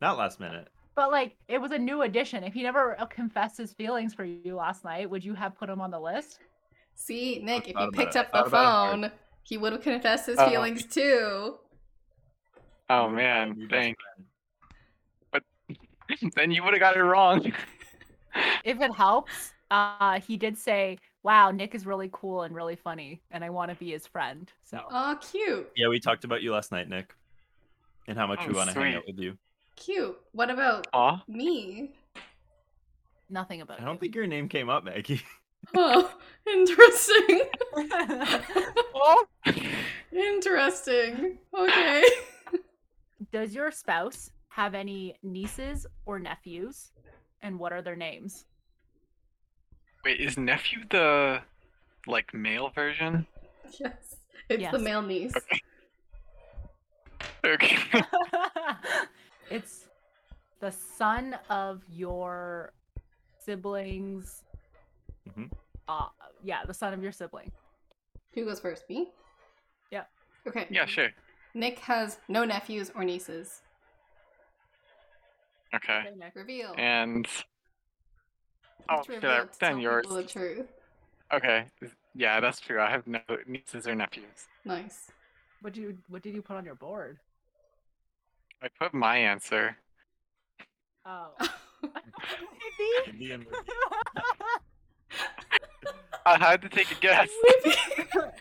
Speaker 4: Not last minute.
Speaker 2: but like it was a new addition. If he never confessed his feelings for you last night, would you have put him on the list?
Speaker 1: See, Nick, if
Speaker 4: thought
Speaker 1: you
Speaker 4: about
Speaker 1: picked
Speaker 4: it.
Speaker 1: up the
Speaker 4: Thought about it Uh-huh.
Speaker 1: phone, he would have confessed his
Speaker 3: Uh,
Speaker 1: feelings too.
Speaker 3: Oh
Speaker 4: You're
Speaker 3: man,
Speaker 4: Prabby, best
Speaker 3: thanks.
Speaker 4: friend.
Speaker 3: then you would have got it wrong.
Speaker 2: if it helps, uh, he did say, "Wow, Nick is really cool and really funny, and I want to be his friend." So
Speaker 1: Aw, cute.
Speaker 4: Yeah, we talked about you last night, Nick. And how much
Speaker 3: Oh,
Speaker 4: we want to hang out
Speaker 3: sweet.
Speaker 4: with you.
Speaker 1: Cute. What about
Speaker 3: Aw.
Speaker 1: me?
Speaker 2: nothing about.
Speaker 4: I don't
Speaker 2: you.
Speaker 4: think your name came up, Maggie.
Speaker 1: Oh, interesting.
Speaker 3: Oh.
Speaker 1: Interesting. Okay.
Speaker 2: Does your spouse have any nieces or nephews, and what are their names?
Speaker 3: Wait, is nephew the like male version?
Speaker 1: Yes. It's the
Speaker 2: Yes.
Speaker 1: male niece.
Speaker 3: Okay.
Speaker 2: it's the son of your siblings.
Speaker 4: Mhm.
Speaker 2: uh, yeah, the son of your sibling.
Speaker 1: Who goes first? Me?
Speaker 2: Yep.
Speaker 1: Okay.
Speaker 3: Yeah, sure.
Speaker 1: Nick has no nephews or nieces.
Speaker 3: Okay.
Speaker 2: Hey, Nick.
Speaker 1: Reveal.
Speaker 3: And oh,
Speaker 1: It's
Speaker 3: shit,
Speaker 1: revealed
Speaker 3: I-
Speaker 1: to tell
Speaker 3: then yours.
Speaker 1: people The truth.
Speaker 3: Okay. Yeah, that's true. I have no nieces or nephews.
Speaker 1: Nice.
Speaker 2: What do you what did you put on your board?
Speaker 3: I put my answer.
Speaker 2: Oh.
Speaker 4: The-
Speaker 3: I had to take a guess.
Speaker 2: Your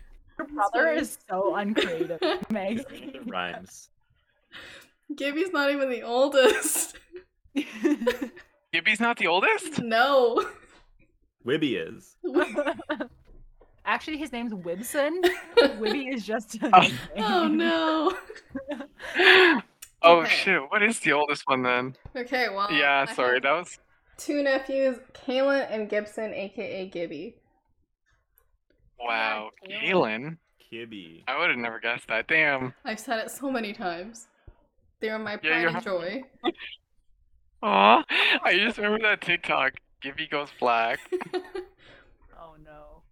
Speaker 2: brother is so uncreative, Meg.
Speaker 4: It rhymes.
Speaker 1: Gibby's not even the oldest.
Speaker 3: Gibby's not the oldest?
Speaker 1: No. Oh,
Speaker 4: Wibby is.
Speaker 2: Actually, his name's Wibson. Wibby is just a name.
Speaker 1: Oh no.
Speaker 3: Oh
Speaker 1: Okay.
Speaker 3: shoot, what is the oldest one then?
Speaker 1: Okay, well. I
Speaker 3: Yeah,
Speaker 1: have
Speaker 3: sorry, that was
Speaker 1: Two nephews, Kalen and Gibson, aka Gibby.
Speaker 3: wow.
Speaker 2: Yeah,
Speaker 3: Galen?
Speaker 4: Kibby.
Speaker 3: I would have never guessed that. Damn.
Speaker 1: I've said it so many times. They were my pride
Speaker 3: you
Speaker 1: and
Speaker 3: have-
Speaker 1: joy.
Speaker 3: Aw. I just remember that TikTok. Gibby goes black.
Speaker 2: Oh no.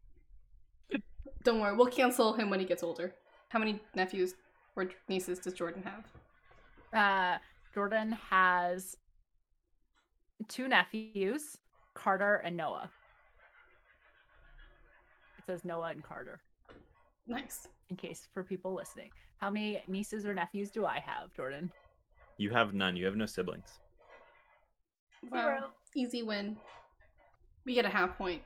Speaker 1: Don't worry, we'll cancel him when he gets older. How many nephews or nieces does Jordan have?
Speaker 2: Uh, Jordan has two nephews, Carter and Noah. It says Noah and Carter,
Speaker 1: Nice.
Speaker 2: in case for people listening. How many nieces or nephews do I have, Jordan?
Speaker 4: You have none. You have no siblings.
Speaker 1: Wow. Easy win. We get a half point.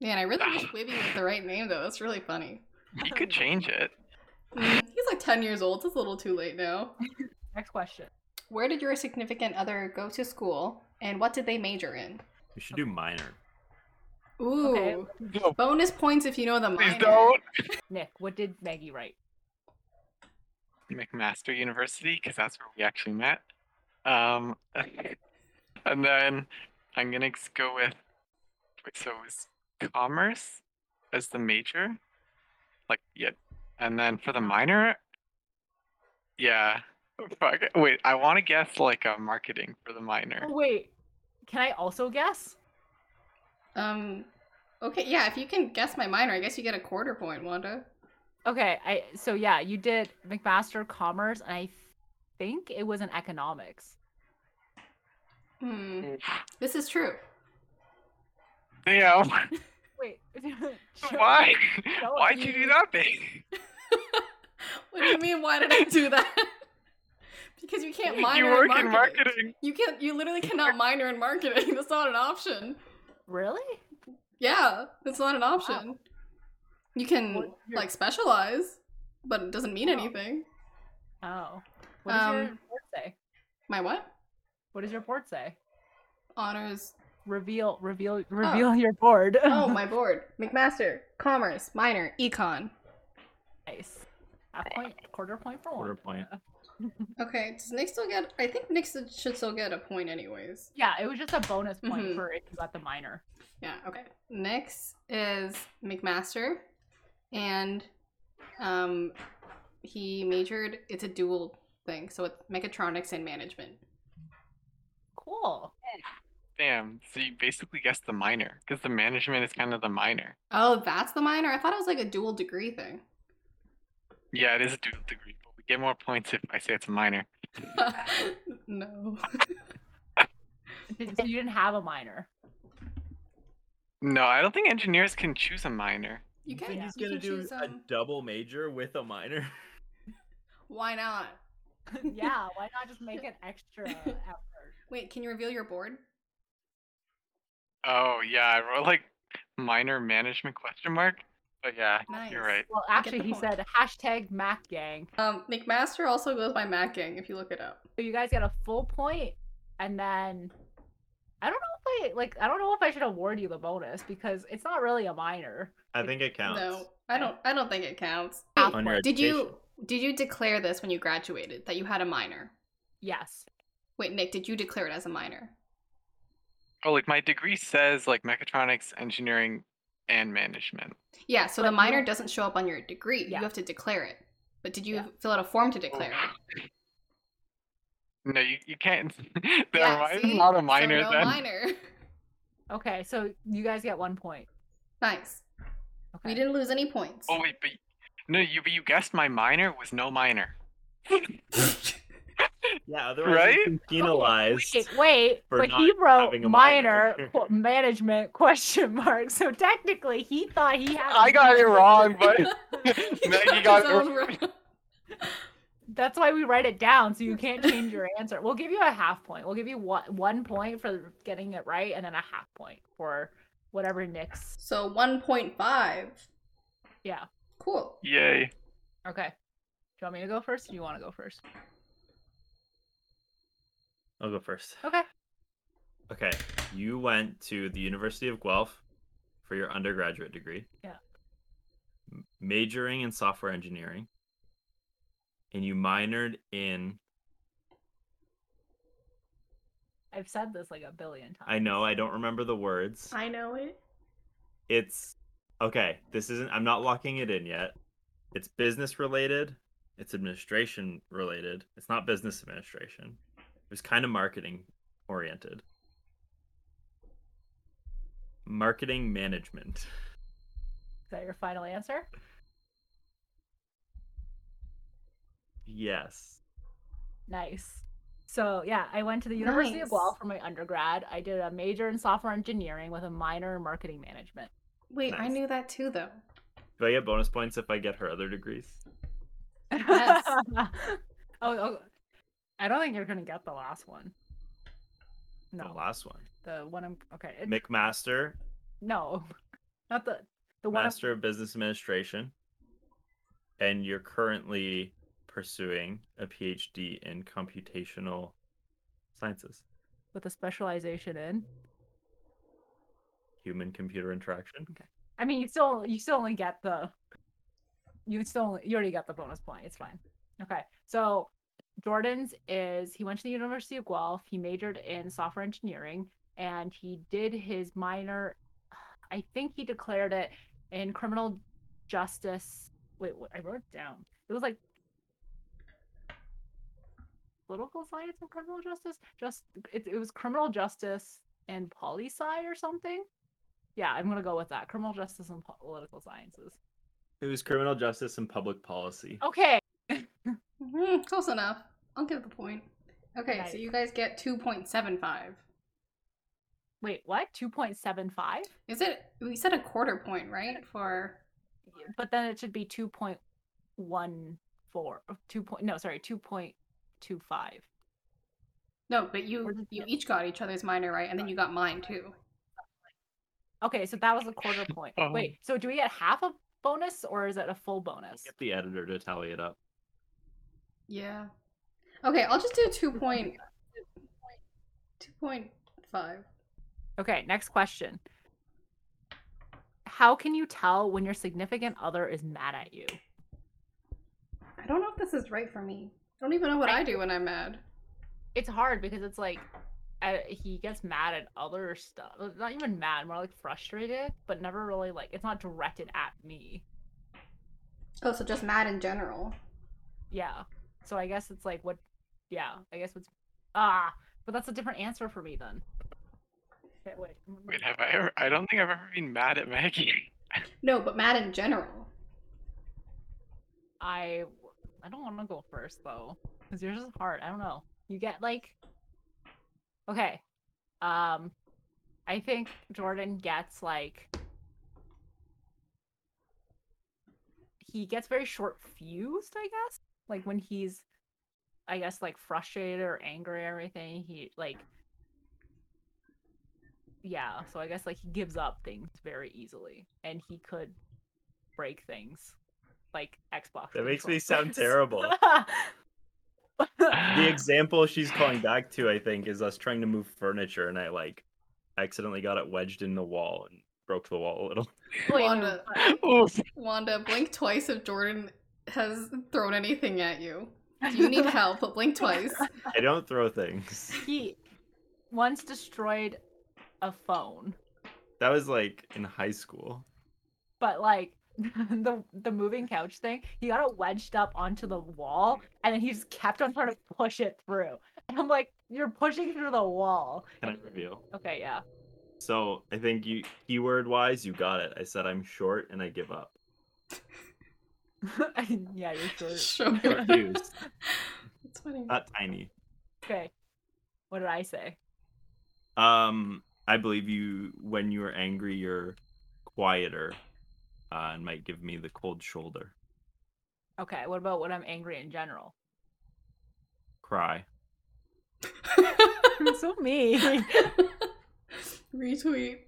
Speaker 1: Man, I really
Speaker 3: Ah.
Speaker 1: wish Wibby was the right name though. That's really funny.
Speaker 3: You could change it.
Speaker 1: Mm, He's like 10 years old. It's a little too late now.
Speaker 2: Next question.
Speaker 1: Where did your significant other go to school and what did they major in?
Speaker 4: You should do minor.
Speaker 1: Ooh.
Speaker 2: Okay.
Speaker 3: No,
Speaker 1: Bonus points if you know the
Speaker 3: please
Speaker 1: minor.
Speaker 3: don't.
Speaker 2: Nick, what did Maggie write?
Speaker 3: McMaster University, because that's where we actually met. Um, and then I'm gonna ex- go with wait, so it was commerce as the major, like yeah, and then for the minor, yeah. Fuck. it. Wait, I want to guess like a marketing for the minor.
Speaker 2: Oh, wait. Can I also guess?
Speaker 1: Um okay, yeah, if you can guess my minor, I guess you get a quarter point, Wanda.
Speaker 2: Okay, I so yeah, you did McMaster Commerce, and I think it was in economics.
Speaker 1: Hmm.
Speaker 3: Oof.
Speaker 1: This is true.
Speaker 3: Damn.
Speaker 2: Wait,
Speaker 3: Why?
Speaker 2: No,
Speaker 3: Why'd you do
Speaker 2: you-
Speaker 3: that, babe?
Speaker 1: What do you mean why did I do that? because you can't minor
Speaker 3: You work
Speaker 1: in
Speaker 3: in marketing.
Speaker 1: You can't you literally cannot minor in marketing. That's not an option.
Speaker 2: Really?
Speaker 1: Yeah, that's not an option. You can
Speaker 2: What is your-
Speaker 1: like specialize, but it doesn't mean
Speaker 2: Wow.
Speaker 1: anything.
Speaker 2: Oh, what does your
Speaker 1: Um,
Speaker 2: board say?
Speaker 1: My what?
Speaker 2: What does your board say?
Speaker 1: Honors.
Speaker 2: Reveal, reveal, reveal your board.
Speaker 1: Oh, my board. McMaster, commerce, minor, econ.
Speaker 2: nice. Half point, quarter point for
Speaker 4: Quarter
Speaker 2: one.
Speaker 4: point.
Speaker 1: Okay, does Nick still get? I think Nick should should still get a point, anyways.
Speaker 2: Yeah, it was just a bonus point
Speaker 1: Mhm.
Speaker 2: for if you got the minor.
Speaker 1: Yeah. Okay. Next is McMaster, and um, he majored. It's a dual thing, so it's mechatronics and management.
Speaker 2: Cool.
Speaker 3: Damn. So you basically guessed the minor, because the management is kind of the minor.
Speaker 1: Oh, that's the minor. I thought it was like a dual degree thing.
Speaker 3: Yeah, it is a dual degree, but we get more points if I say it's a minor.
Speaker 1: no.
Speaker 2: Did- So you didn't have a minor.
Speaker 3: No, I don't think engineers can choose a minor.
Speaker 1: You
Speaker 4: You
Speaker 1: can.
Speaker 4: think
Speaker 1: Yeah.
Speaker 4: he's
Speaker 1: You
Speaker 4: gonna
Speaker 1: can
Speaker 4: do
Speaker 1: choose,
Speaker 4: a
Speaker 1: um,
Speaker 4: double major with a minor?
Speaker 1: Why not?
Speaker 2: yeah, why not just make an extra effort?
Speaker 1: Wait, can you reveal your board?
Speaker 3: Oh yeah, I wrote like minor management question mark. But yeah,
Speaker 1: Nice.
Speaker 3: you're right.
Speaker 2: Well,
Speaker 1: I get
Speaker 2: actually,
Speaker 1: the
Speaker 2: he
Speaker 1: point.
Speaker 2: said hashtag Mac Gang.
Speaker 1: Um, McMaster also goes by Mac Gang if you look it up.
Speaker 2: So you guys get a full point, and then I don't know if I like. I don't know if I should award you the bonus because it's not really a minor.
Speaker 4: I think it counts.
Speaker 1: No, I don't. I don't think it counts.
Speaker 2: Half
Speaker 4: On your
Speaker 2: point.
Speaker 1: Did you
Speaker 4: education.
Speaker 1: did you declare this when you graduated that you had a minor?
Speaker 2: Yes.
Speaker 1: Wait, Nick, did you declare it as a minor?
Speaker 3: Oh, like my degree says like mechatronics, engineering, and management.
Speaker 1: Yeah. So
Speaker 2: But
Speaker 1: the
Speaker 2: you
Speaker 1: minor
Speaker 2: don't-
Speaker 1: doesn't show up on your degree.
Speaker 2: Yeah.
Speaker 1: You have to declare it. But did you
Speaker 2: Yeah.
Speaker 1: fill out a form to declare it?
Speaker 3: No, you, you can't. Never
Speaker 1: Yeah,
Speaker 3: mind. It's
Speaker 1: see?
Speaker 3: not a
Speaker 1: So
Speaker 3: minor
Speaker 1: no
Speaker 3: then.
Speaker 1: minor.
Speaker 2: Okay, so you guys get one point.
Speaker 1: Nice. We didn't lose any points.
Speaker 3: Oh wait, but no, you but you guessed my minor was no minor.
Speaker 4: Yeah, otherwise
Speaker 3: Right?
Speaker 4: you've
Speaker 1: Oh,
Speaker 4: been penalized.
Speaker 2: Wait, wait,
Speaker 4: for
Speaker 2: but
Speaker 4: not
Speaker 2: he wrote
Speaker 4: having a minor.
Speaker 2: minor qu- management question mark. So technically, he thought he had. a
Speaker 3: I got it
Speaker 2: minor.
Speaker 3: wrong, but
Speaker 1: He
Speaker 3: Maggie
Speaker 1: got
Speaker 3: got
Speaker 1: his
Speaker 3: it
Speaker 1: own wrong.
Speaker 2: That's why we write it down, so you can't change your answer. We'll give you a half point. We'll give you one one point for getting it right, and then a half point for whatever Nick's.
Speaker 1: So 1.5.
Speaker 2: Yeah.
Speaker 1: Cool.
Speaker 3: Yay.
Speaker 2: Okay. Do you want me to go first? Or do you want to go first?
Speaker 4: I'll go first.
Speaker 2: Okay.
Speaker 4: Okay, you went to the University of Guelph for your undergraduate degree.
Speaker 2: Yeah.
Speaker 4: m- Majoring in software engineering. And you minored in
Speaker 2: I've said this like a billion times.
Speaker 4: I know, I don't remember the words.
Speaker 1: I know it.
Speaker 4: It's okay, this isn't I'm not locking it in yet. It's business related, it's administration related. It's not business administration. It was kind of marketing oriented. Marketing management.
Speaker 2: Is that your final answer?
Speaker 4: Yes.
Speaker 2: Nice. So yeah, I went to the University
Speaker 1: Nice.
Speaker 2: of Guelph for my undergrad. I did a major in software engineering with a minor in marketing management.
Speaker 1: Wait, I
Speaker 4: Nice.
Speaker 1: knew that too, though.
Speaker 4: Do I get bonus points if I get her other degrees?
Speaker 1: Yes.
Speaker 2: oh, oh, I don't think you're gonna get the last one.
Speaker 4: The
Speaker 2: No,
Speaker 4: last one.
Speaker 2: the one I'm okay. it-
Speaker 4: McMaster,
Speaker 2: no, not the the one. I'm-
Speaker 4: Master of Business Administration. And you're currently pursuing a PhD in computational sciences,
Speaker 2: with a specialization in.
Speaker 4: human computer interaction.
Speaker 2: I mean, you still you still only get the you still you already got the bonus point. It's fine. Okay, so Jordan's is he went to the University of Guelph. He majored in software engineering, and he did his minor. I think he declared it in criminal justice. Wait, what, I wrote it down. It was like political science and criminal justice. Just it, it was criminal justice and poli sci or something. Yeah, I'm gonna go with that. Criminal justice and po- political sciences.
Speaker 4: It was criminal justice and public policy.
Speaker 2: Okay.
Speaker 1: Mhm, close enough. I'll give the point. Okay,
Speaker 2: Nice.
Speaker 1: so you guys get 2.75.
Speaker 2: Wait, what? Two point seven five?
Speaker 1: Is it? We said a quarter point, right? For.
Speaker 2: But then it should be two point one four. Two point no, sorry, two point two five.
Speaker 1: No, but
Speaker 2: Or
Speaker 1: you
Speaker 2: did
Speaker 1: you
Speaker 2: you-
Speaker 1: each got each other's minor right, and then you got mine too.
Speaker 2: Okay, so that was a quarter point.
Speaker 3: Oh.
Speaker 2: Wait, so do we get half a bonus or is it a full bonus?
Speaker 4: Get the editor to tally it up.
Speaker 1: Yeah. Okay, I'll just do two point two point five.
Speaker 2: Okay, next question. How can you tell when your significant other is mad at you?
Speaker 1: I don't know if this is right for me. I don't even know what I do when I'm mad.
Speaker 2: it's hard because it's like I, he gets mad at other stuff uh, not even mad more like frustrated but never really like it's not directed at me
Speaker 1: Oh, so just mad in general.
Speaker 2: yeah so i guess it's like what yeah i guess what's ah but that's a different answer for me then Okay, wait, I'm gonna-
Speaker 3: Wait, have I ever? I don't think I've ever been mad at Maggie.
Speaker 1: No, but mad in general.
Speaker 2: i i don't want to go first though because yours is hard i don't know you get like okay um i think jordan gets like he gets very short fused i guess like when he's i guess like frustrated or angry or everything he like yeah so i guess like he gives up things very easily and he could break things like xbox
Speaker 4: That makes me sound
Speaker 2: controllers.
Speaker 4: terrible. The example she's calling back to, I think, is us trying to move furniture and I like accidentally got it wedged in the wall and broke the wall a little.
Speaker 2: Wait,
Speaker 1: Wanda.
Speaker 2: wait,
Speaker 3: Oof.
Speaker 1: Wanda, blink twice if Jordan has thrown anything at you. If you need help, but blink twice.
Speaker 4: I don't throw things.
Speaker 2: he once destroyed a phone,
Speaker 4: That was like in high school.
Speaker 2: but like the the moving couch thing, he got it wedged up onto the wall, and then he just kept on trying to push it through. And I'm like, you're pushing through the wall.
Speaker 4: Can I
Speaker 2: And-
Speaker 4: reveal?
Speaker 2: Okay, yeah.
Speaker 4: So I think you keyword wise, you got it. I said I'm short and I give up.
Speaker 2: yeah, you're short.
Speaker 1: Sure.
Speaker 4: Short fuse,
Speaker 1: That's funny.
Speaker 4: not tiny.
Speaker 2: Okay. What did I say?
Speaker 4: Um, I believe you when you are angry, you're quieter, uh, and might give me the cold shoulder.
Speaker 2: Okay. What about when I'm angry in general?
Speaker 4: Cry.
Speaker 2: so me.
Speaker 1: Retweet.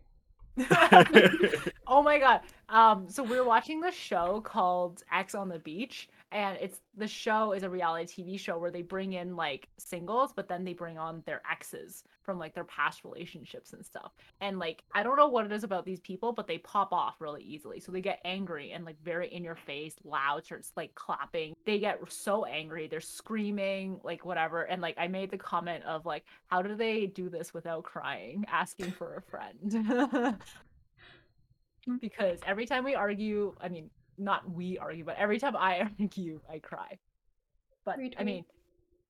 Speaker 2: oh my god. Um, so we're watching this show called X on the Beach, and it's the show is a reality TV show where they bring in like singles, but then they bring on their exes from like their past relationships and stuff. And like I don't know what it is about these people, but they pop off really easily. So they get angry and like very in your face, loud, starts like clapping. They get so angry, they're screaming, like whatever. And like I made the comment of like, how do they do this without crying? Asking for a friend. because every time we argue, I mean, not we argue, but every time I argue, I cry. But I
Speaker 1: Retweet.
Speaker 2: mean,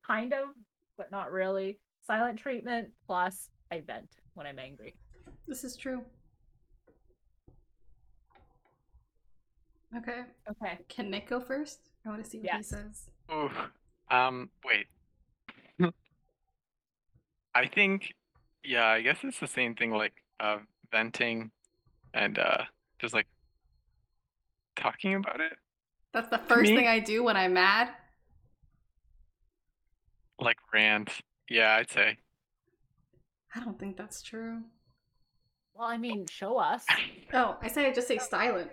Speaker 2: kind of, but not really. Silent treatment plus I vent when I'm angry.
Speaker 1: This is true. Okay.
Speaker 2: Okay.
Speaker 1: Can Nick go first? I want to see what he
Speaker 2: Yes.
Speaker 1: says.
Speaker 3: Oof. Um, wait. I think, yeah, I guess it's the same thing like uh, venting and uh, just like talking about it,
Speaker 1: That's the first
Speaker 3: Me?
Speaker 1: thing I do when I'm mad.
Speaker 3: like rant. Yeah, I'd say.
Speaker 1: I don't think that's true.
Speaker 2: Well, I mean, show us.
Speaker 1: Oh, I said I just say silent.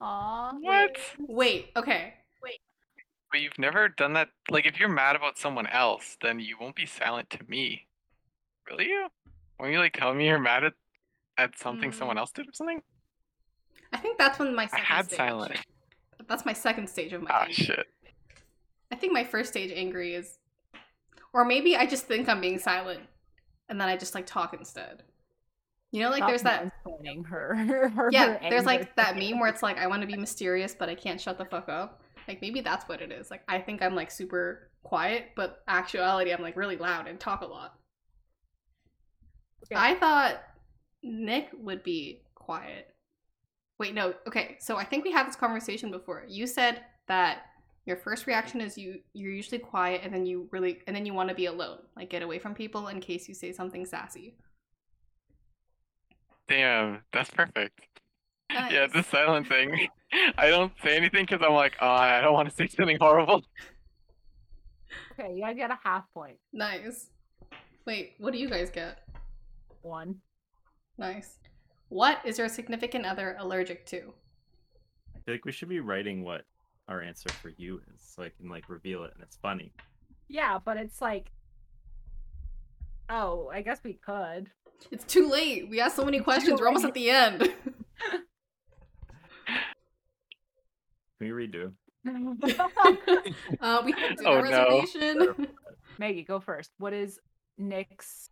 Speaker 2: Aw.
Speaker 3: What?
Speaker 1: Wait, okay.
Speaker 3: But you've never done that. Like, if you're mad about someone else, then you won't be silent to me. Will you? Won't you like tell me you're mad at, at something
Speaker 1: Mm.
Speaker 3: someone else did or something?
Speaker 1: I think that's when my
Speaker 3: I
Speaker 1: second
Speaker 3: had
Speaker 1: stage.
Speaker 3: silent.
Speaker 1: That's my second stage of my
Speaker 3: Ah,
Speaker 1: anger.
Speaker 3: shit.
Speaker 1: I think my first stage angry is or maybe I just think I'm being silent and then I just like talk instead. You know like
Speaker 2: Stop
Speaker 1: there's that
Speaker 2: mansplaining Her, her,
Speaker 1: yeah, there's
Speaker 2: anger.
Speaker 1: like that meme where it's like I want to be mysterious but I can't shut the fuck up. Like maybe that's what it is. Like I think I'm like super quiet, but actuality I'm like really loud and talk a lot.
Speaker 2: Okay.
Speaker 1: I thought Nick would be quiet. Wait, no. Okay, so I think we had this conversation before. You said that your first reaction is you you're usually quiet and then you really and then you want to be alone, like get away from people in case you say something sassy.
Speaker 3: Damn, that's perfect. Yeah,
Speaker 1: Nice.
Speaker 3: the silent thing. I don't say anything because I'm like, oh, I don't want to say something horrible.
Speaker 2: Okay, you gotta get a half point.
Speaker 1: Nice. Wait, what do you guys get?
Speaker 2: One.
Speaker 1: Nice. What is your significant other allergic to?
Speaker 4: I feel like we should be writing what our answer for you is, so I can like reveal it, and it's funny.
Speaker 2: Yeah, but it's like. Oh, I guess we could.
Speaker 1: It's too late. We asked so many
Speaker 2: Too
Speaker 1: questions. We're almost at the end.
Speaker 4: Can we redo?
Speaker 1: uh, we have dinner
Speaker 3: Oh, no.
Speaker 1: reservation.
Speaker 2: Maggie, go first. What is Nick's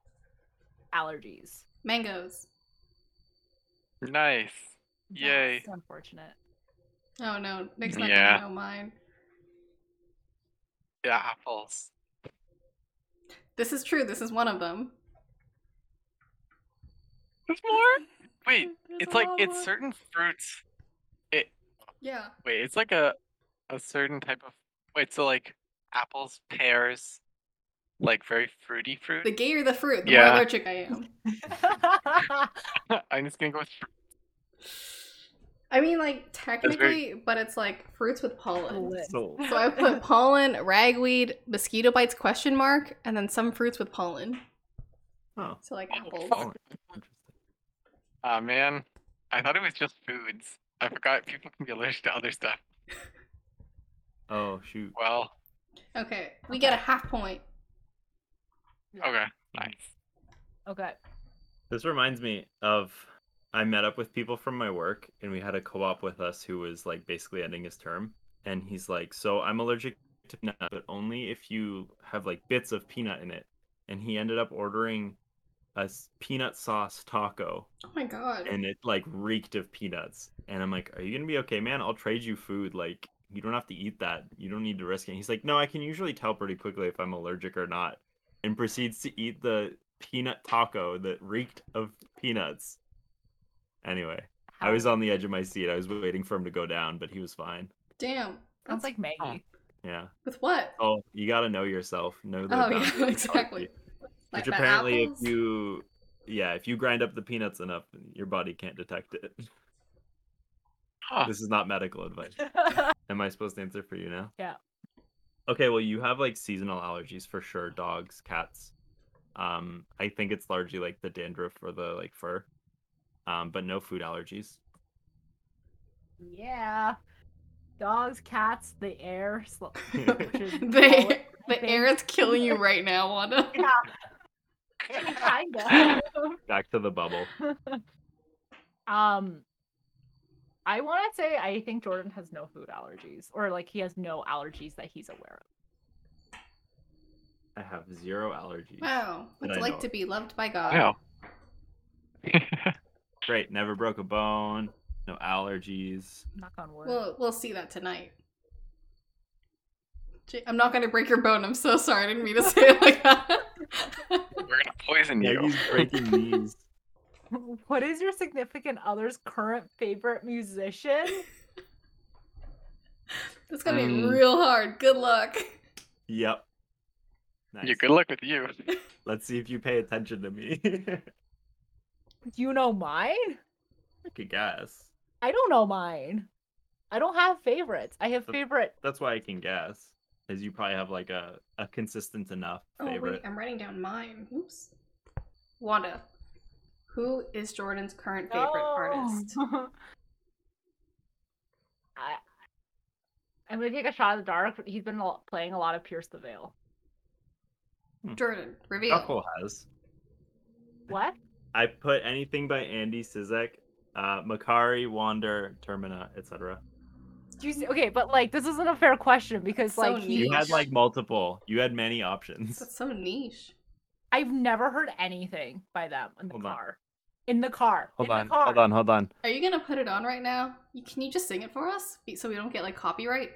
Speaker 2: allergies?
Speaker 1: Mangoes.
Speaker 3: Nice. Yay.
Speaker 2: That's unfortunate.
Speaker 1: Oh no, Nick's not
Speaker 3: Yeah.
Speaker 1: gonna know mine.
Speaker 3: Yeah, apples.
Speaker 1: This is true. This is one of them.
Speaker 3: There's more? Wait,
Speaker 1: There's
Speaker 3: it's
Speaker 1: a
Speaker 3: like
Speaker 1: lot
Speaker 3: it's
Speaker 1: more.
Speaker 3: certain fruits.
Speaker 1: Yeah.
Speaker 3: Wait, it's like a a certain type of wait, so like apples, pears, like very fruity
Speaker 1: The
Speaker 3: fruit.
Speaker 1: gayer the fruit, the
Speaker 3: Yeah.
Speaker 1: more allergic I am.
Speaker 3: I'm just gonna go with fruit.
Speaker 1: I mean, like technically, but it's like fruits with pollen.
Speaker 2: Lit.
Speaker 4: So
Speaker 1: So I put pollen, ragweed, mosquito bites question mark, and then some fruits with pollen.
Speaker 4: oh,
Speaker 1: So like
Speaker 3: Oh,
Speaker 1: apples.
Speaker 3: fuck.
Speaker 4: oh, interesting.
Speaker 3: Ah man. I thought it was just foods. I forgot people can be allergic to other stuff.
Speaker 4: oh shoot.
Speaker 3: Well,
Speaker 1: Okay, we get a half point.
Speaker 3: okay, nice.
Speaker 2: okay.
Speaker 4: This reminds me of I met up with people from my work and we had a co-op with us who was like basically ending his term and he's like, "So I'm allergic to peanut, but only if you have like bits of peanut in it." And he ended up ordering a s- peanut sauce taco
Speaker 1: Oh my god.
Speaker 4: and it like reeked of peanuts. And I'm like, "Are you going to be okay, man? I'll trade you food like you don't have to eat that. You don't need to risk it." He's like, "No, I can usually tell pretty quickly if I'm allergic or not." And proceeds to eat the peanut taco that reeked of peanuts. Anyway, I was on the edge of my seat. I was waiting for him to go down, but he was fine.
Speaker 1: Damn.
Speaker 2: Sounds like Maggie.
Speaker 4: Yeah.
Speaker 1: with what?
Speaker 4: Oh, you gotta know yourself. Know the
Speaker 1: Oh, yeah,
Speaker 4: boundaries of
Speaker 1: exactly.
Speaker 4: healthy.
Speaker 1: Like
Speaker 4: Which
Speaker 1: the
Speaker 4: apparently,
Speaker 1: apples?
Speaker 4: if you, yeah, if you grind up the peanuts enough, your body can't detect it.
Speaker 3: Huh.
Speaker 4: This is not medical advice. Am I supposed to answer for you now?
Speaker 2: Yeah.
Speaker 4: Okay, well, you have like seasonal allergies for sure. Dogs, cats. Um, I think it's largely like the dandruff or the like fur. Um, but no food allergies.
Speaker 2: yeah. Dogs, cats, the air. Sl- which is all
Speaker 1: the,
Speaker 2: it-
Speaker 1: the air is killing you right now, Wanda.
Speaker 2: Yeah, kind of.
Speaker 4: Back to the bubble.
Speaker 2: um, I want to say I think Jordan has no food allergies, or like he has no allergies that he's aware of.
Speaker 4: I have zero allergies.
Speaker 1: Wow.
Speaker 4: That
Speaker 1: It's
Speaker 4: I
Speaker 1: like
Speaker 4: know
Speaker 1: to
Speaker 4: of.
Speaker 1: be loved by God.
Speaker 3: No.
Speaker 4: Great. Never broke a bone. No allergies.
Speaker 2: Knock on wood.
Speaker 1: We'll we'll see that tonight. J- I'm not gonna break your bone. I'm so sorry. I didn't mean to say it like that.
Speaker 3: We're gonna poison
Speaker 4: Yeah,
Speaker 3: you.
Speaker 4: he's breaking knees.
Speaker 2: What is your significant other's current favorite musician?
Speaker 1: It's gonna be
Speaker 4: Mm.
Speaker 1: real hard. Good luck.
Speaker 4: Yep. Nice.
Speaker 3: You good luck with you.
Speaker 4: Let's see if you pay attention to me. I
Speaker 2: Do you know mine?
Speaker 4: could guess.
Speaker 2: I don't know mine. I don't have favorites. I have
Speaker 4: The-
Speaker 2: favorite.
Speaker 4: That's why I can guess. Is you probably have like a, a consistent enough
Speaker 1: Oh wait,
Speaker 4: favorite.
Speaker 1: I'm writing down mine. Oops. Wanda, who is Jordan's current favorite artist?
Speaker 2: No. I, I'm gonna take a shot in the dark. He's been a- playing a lot of Pierce the Veil.
Speaker 1: Jordan, reveal.
Speaker 4: Shuffle has.
Speaker 2: What?
Speaker 4: I put anything by Andy Sizek, uh, Makari, Wander, Termina, etc.
Speaker 2: Do you see? Okay, but like this isn't a fair question because
Speaker 1: So
Speaker 2: like
Speaker 1: niche.
Speaker 2: he,
Speaker 4: You had like multiple. You had many options.
Speaker 1: That's so niche.
Speaker 2: I've never heard anything by them in the
Speaker 4: Hold on.
Speaker 2: car. In the car. in the car.
Speaker 4: hold on.
Speaker 1: Are you gonna put it on right now? You- Can you just sing it for us Be- so we don't get like copyright?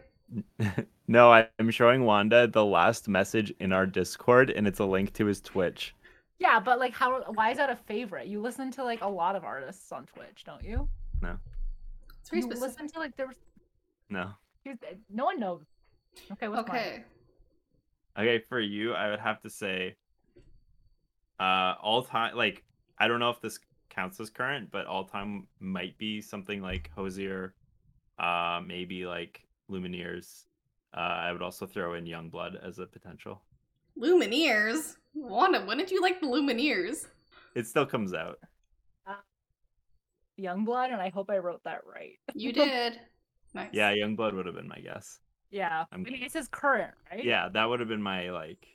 Speaker 4: No, I- I'm showing Wanda the last message in our Discord, and it's a link to his Twitch.
Speaker 2: Yeah, but like, how? Why is that a favorite? You listen to like a lot of artists on Twitch, don't you?
Speaker 1: It's very
Speaker 2: you
Speaker 1: specific.
Speaker 2: listen to like there was
Speaker 4: No.
Speaker 2: here's- no one knows. Okay, what's mine?
Speaker 1: Okay.
Speaker 4: Okay, for you, I would have to say, uh, all time. Like, I don't know if this counts as current, but all time might be something like Hosier, uh, maybe like Lumineers. Uh, I would also throw in Youngblood as a potential.
Speaker 1: Lumineers. Wanda, wouldn't you like the Lumineers?
Speaker 4: It still comes out.
Speaker 2: Youngblood, and I hope I wrote that right.
Speaker 1: You did. Nice.
Speaker 4: Yeah, Youngblood would have been my guess.
Speaker 2: Yeah, i
Speaker 4: I'm-
Speaker 2: mean it says current, right?
Speaker 4: Yeah, that would have been my like.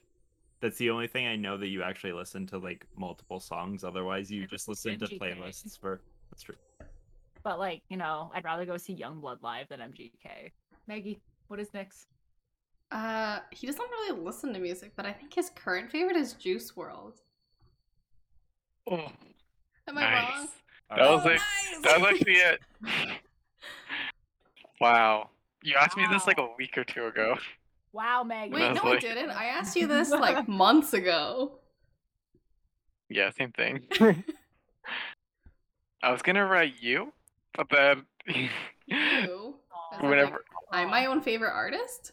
Speaker 4: That's the only thing I know that you actually listen to like multiple songs. Otherwise, you
Speaker 2: I
Speaker 4: just
Speaker 2: listen to
Speaker 4: listen to
Speaker 2: MGK.
Speaker 4: playlists for. That's true.
Speaker 2: But like, you know, I'd rather go see Youngblood live than MGK. Maggie, what is next?
Speaker 1: Uh, he doesn't really listen to music, but I think his current favorite is Juice World.
Speaker 3: Oh,
Speaker 1: Am I wrong?
Speaker 3: nice. That
Speaker 4: uh,
Speaker 2: Oh,
Speaker 3: was like that was actually it. Wow. You asked me this like a week or two ago.
Speaker 2: Wow, Maggie.
Speaker 1: Wait,
Speaker 3: was
Speaker 1: no, I
Speaker 3: like-
Speaker 1: didn't. I asked you this like months ago.
Speaker 3: Yeah, same thing. I was gonna write you, but then
Speaker 1: You.
Speaker 2: Aw.
Speaker 1: As I'm like,
Speaker 3: whenever
Speaker 1: I'm my own favorite artist?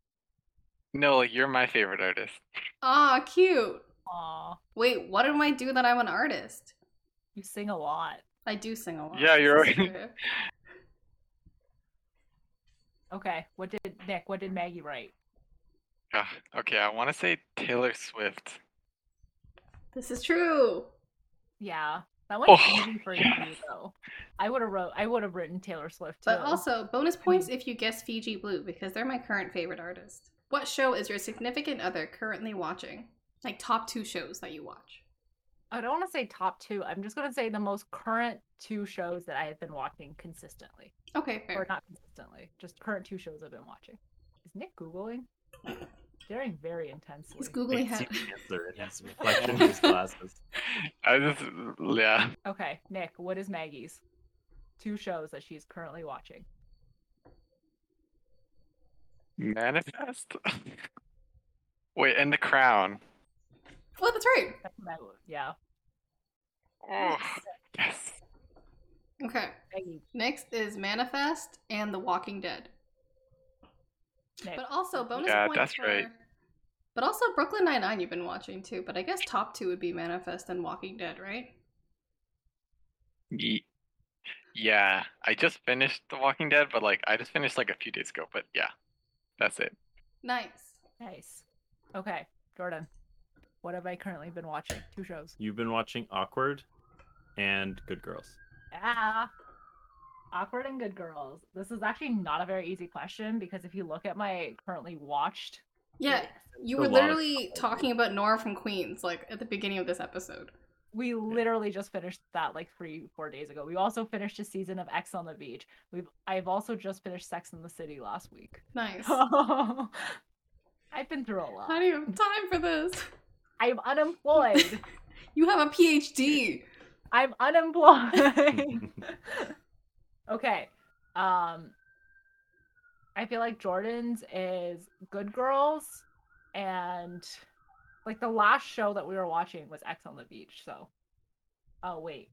Speaker 3: no, like you're my favorite artist.
Speaker 1: Aw, cute.
Speaker 2: Aw,
Speaker 1: Wait, what do I do that I'm an artist?
Speaker 2: you sing a lot.
Speaker 1: I do sing a lot.
Speaker 3: Yeah, you're
Speaker 1: This is
Speaker 3: right.
Speaker 1: true.
Speaker 2: Okay, what did Nick? What did Maggie write?
Speaker 3: Ah, okay, I want to say Taylor Swift.
Speaker 1: This is true.
Speaker 2: Yeah, that one's
Speaker 3: Oh,
Speaker 2: easy for you
Speaker 3: yes.
Speaker 2: though. I would have wrote. I would have written Taylor Swift too.
Speaker 1: But also, bonus points if you guess Fiji Blue because they're my current favorite artist. What show is your significant other currently watching? Like top two shows that you watch.
Speaker 2: I don't want to say top two. I'm just gonna say the most current two shows that I have been watching consistently,
Speaker 1: Okay,
Speaker 2: or
Speaker 1: fair.
Speaker 2: not consistently, just current two shows I've been watching. Is Nick googling? Staring very intensely.
Speaker 1: He's googling
Speaker 4: I
Speaker 1: head.
Speaker 4: can see the answer in his reflection in his glasses.
Speaker 3: I just yeah.
Speaker 2: okay, Nick, what is Maggie's? Two shows that she's currently watching.
Speaker 3: Manifest? Wait, and The Crown.
Speaker 1: Well, that's right.
Speaker 2: That's what I would- Yeah.
Speaker 3: Oh, yes.
Speaker 1: Okay.
Speaker 2: Peggy,
Speaker 1: Next is Manifest and The Walking Dead.
Speaker 2: Nick.
Speaker 1: But also bonus
Speaker 3: Yeah,
Speaker 1: points
Speaker 3: that's
Speaker 1: for-
Speaker 3: right.
Speaker 1: But also Brooklyn Nine Nine you've been watching too. But I guess top two would be Manifest and Walking Dead, right?
Speaker 3: Ye- Yeah, I just finished The Walking Dead, but like I just finished like a few days ago. But yeah, that's it.
Speaker 1: Nice.
Speaker 2: Nice. Okay, Jordan. What have I currently been watching? Two shows.
Speaker 4: You've been watching Awkward and Good Girls.
Speaker 2: Ah. Awkward and Good Girls. This is actually not a very easy question because if you look at my currently watched,
Speaker 1: Yeah, you
Speaker 4: a
Speaker 1: were
Speaker 4: lot of
Speaker 1: literally
Speaker 4: stuff.
Speaker 1: talking about Nora from Queens like at the beginning of this episode.
Speaker 2: we literally just finished that like three, four days ago. We also finished a season of X on the Beach. We've I've also just finished Sex in the City last week.
Speaker 1: Nice. How
Speaker 2: I've been through a lot.
Speaker 1: do you have time for this?
Speaker 2: I'm unemployed.
Speaker 1: You have a PhD.
Speaker 2: I'm unemployed. okay. Um I feel like Jordan's is Good Girls and like the last show that we were watching was X on the Beach, so oh wait.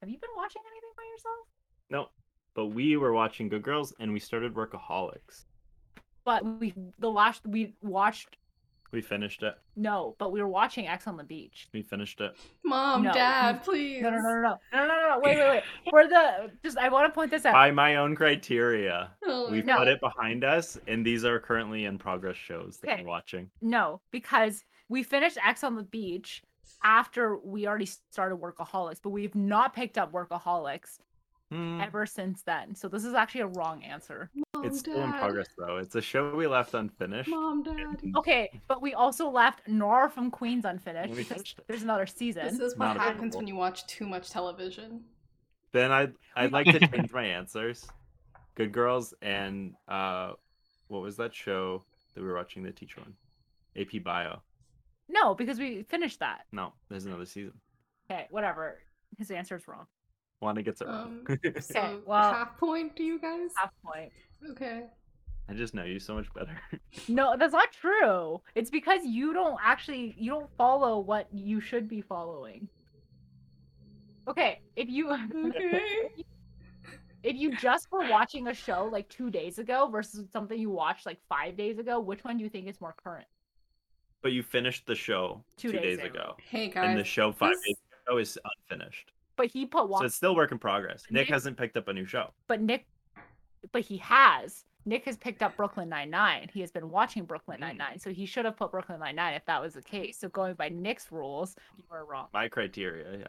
Speaker 2: Have you been watching anything by yourself?
Speaker 4: No, but we were watching Good Girls and we started Workaholics.
Speaker 2: But we the last we watched
Speaker 4: We finished it.
Speaker 2: no, but we were watching X on the Beach.
Speaker 4: We finished it.
Speaker 1: Mom,
Speaker 2: No.
Speaker 1: dad, please.
Speaker 2: No, no, no, no, no, no, no, no, no. Wait, wait, wait. For the just, I want to point this out.
Speaker 4: By my own criteria,
Speaker 1: Oh,
Speaker 4: we've
Speaker 2: No.
Speaker 4: put it behind us, and these are currently in progress shows that
Speaker 2: Okay.
Speaker 4: we're watching.
Speaker 2: No, because we finished X on the Beach after we already started Workaholics, but we've not picked up Workaholics
Speaker 4: Hmm,
Speaker 2: ever since then. So this is actually a wrong answer.
Speaker 1: Mom,
Speaker 4: it's still in
Speaker 1: Dad.
Speaker 4: progress though. It's a show we left unfinished.
Speaker 1: Mom, dad.
Speaker 2: Okay, but we also left Nora from Queens unfinished
Speaker 4: Mm. We
Speaker 2: because
Speaker 4: finished it.
Speaker 2: there's another
Speaker 1: This
Speaker 2: season.
Speaker 1: is what
Speaker 4: Not
Speaker 1: happens
Speaker 4: available.
Speaker 1: when you watch too much television.
Speaker 4: Then I'd I'd
Speaker 2: We-
Speaker 4: like to change my answers. Good Girls and uh, what was that show that we were watching? The teacher one, AP Bio.
Speaker 2: No, because we finished that.
Speaker 4: No, there's another season.
Speaker 2: Okay, whatever. His answer is wrong.
Speaker 4: Wanda gets it wrong.
Speaker 1: Um, so
Speaker 2: Okay, well-
Speaker 1: half point to you guys.
Speaker 2: Half point.
Speaker 1: Okay.
Speaker 4: I just know you so much better.
Speaker 2: No, that's not true. It's because you don't actually you don't follow what you should be following. Okay, if you
Speaker 1: Okay.
Speaker 2: if you just were watching a show like two days ago versus something you watched like five days ago, which one do you think is more current?
Speaker 4: But you finished the show
Speaker 2: Two
Speaker 4: two,
Speaker 2: days
Speaker 4: days,
Speaker 2: ago.
Speaker 4: ago,
Speaker 1: Hey
Speaker 4: and
Speaker 1: guys.
Speaker 4: the show five
Speaker 1: this-
Speaker 4: days ago is unfinished.
Speaker 2: But he put
Speaker 4: So
Speaker 2: wa-
Speaker 4: it's still work in progress.
Speaker 2: But
Speaker 4: Nick
Speaker 2: Nick-
Speaker 4: hasn't picked up a new show.
Speaker 2: but Nick, but he has. Nick has picked up Brooklyn Nine Nine. He has been watching Brooklyn
Speaker 4: Mm.
Speaker 2: Nine Nine, so he should have put Brooklyn Nine Nine if that was the case. So going by Nick's rules, you were wrong.
Speaker 4: My criteria, yeah.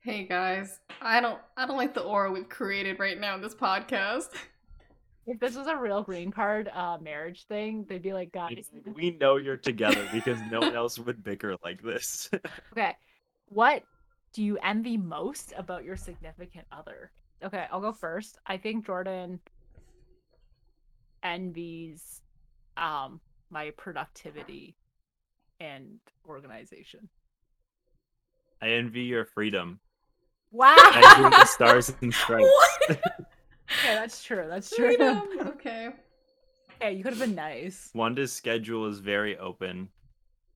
Speaker 1: Hey guys. I don't I don't like the aura we've created right now in this podcast.
Speaker 2: If this was a real green card uh, marriage thing, they'd be like, guys,
Speaker 4: We- We know you're together because no one else would bicker like this.
Speaker 2: okay, what do you envy most about your significant other? Okay, I'll go first. I think Jordan envies um my productivity and organization.
Speaker 4: I envy your freedom.
Speaker 2: Wow.
Speaker 4: I envy the stars and stripes.
Speaker 1: What?
Speaker 2: Okay, that's true. That's true.
Speaker 1: Freedom. Okay.
Speaker 2: Okay, you could have been nice.
Speaker 4: Wanda's schedule is very open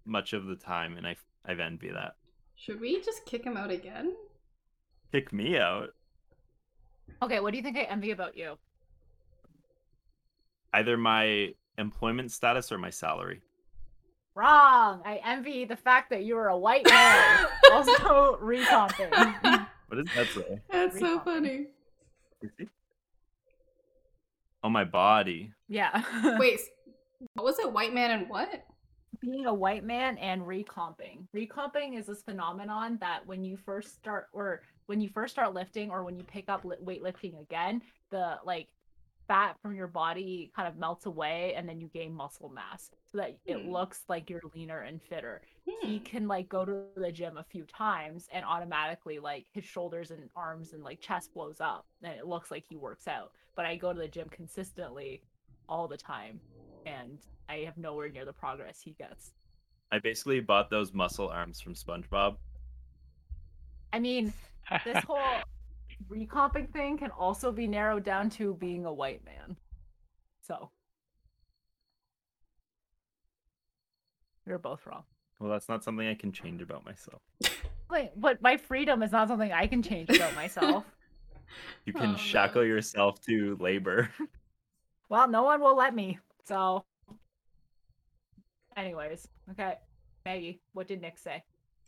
Speaker 4: much of the time, and I I've envy that.
Speaker 1: Should we just kick him out again?
Speaker 4: Kick me out.
Speaker 2: Okay, what do you think I envy about you?
Speaker 4: Either my employment status or my salary.
Speaker 2: Wrong. I envy the fact that you are a white man. also recomping.
Speaker 4: What does that say?
Speaker 1: That's so
Speaker 2: Recall.
Speaker 1: funny.
Speaker 4: Oh, my body.
Speaker 2: Yeah.
Speaker 1: Wait, what was it? White man and what?
Speaker 2: being a white man and recomping. Recomping is this phenomenon that when you first start or when you first start lifting or when you pick up li- weightlifting again, the like fat from your body kind of melts away and then you gain muscle mass so that it
Speaker 1: Hmm.
Speaker 2: looks like you're leaner and fitter.
Speaker 1: Hmm.
Speaker 2: He can like go to the gym a few times and automatically like his shoulders and arms and like chest blows up and it looks like he works out. But I go to the gym consistently all the time and I have nowhere near the progress he gets.
Speaker 4: I basically bought those muscle arms from SpongeBob.
Speaker 2: I mean, this whole recomping thing can also be narrowed down to being a white man. So We were both wrong.
Speaker 4: Well, that's not something I can change about myself.
Speaker 2: Wait, but my freedom is not something I can change about myself.
Speaker 4: You can
Speaker 1: Oh, no.
Speaker 4: shackle yourself to labor.
Speaker 2: well, no one will let me. So, anyways, okay, Maggie, what did Nick say?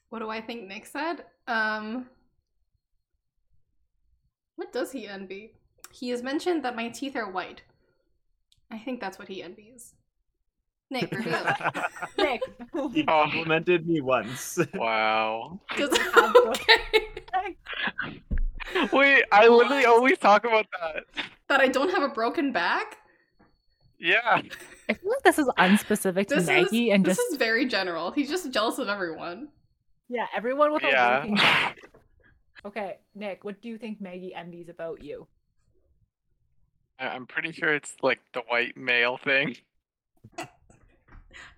Speaker 1: What do I think Nick said? Um What does he envy? He has mentioned that my teeth are white. I think that's what he envies. Nick, reveal.
Speaker 2: Nick,
Speaker 4: He
Speaker 1: Oh.
Speaker 4: complimented me once.
Speaker 3: Wow.
Speaker 1: Does-
Speaker 2: Um,
Speaker 1: okay.
Speaker 3: Wait, I literally always talk about that.
Speaker 1: That I don't have a broken back?
Speaker 3: Yeah.
Speaker 2: I feel like this is unspecific to
Speaker 1: This
Speaker 2: Maggie
Speaker 1: is
Speaker 2: and
Speaker 1: this
Speaker 2: just
Speaker 1: is very general. He's just jealous of everyone.
Speaker 2: yeah, everyone with a working
Speaker 3: Yeah.
Speaker 2: Okay, Nick, what do you think Maggie envies about you?
Speaker 3: I- I'm pretty sure it's like the white male thing.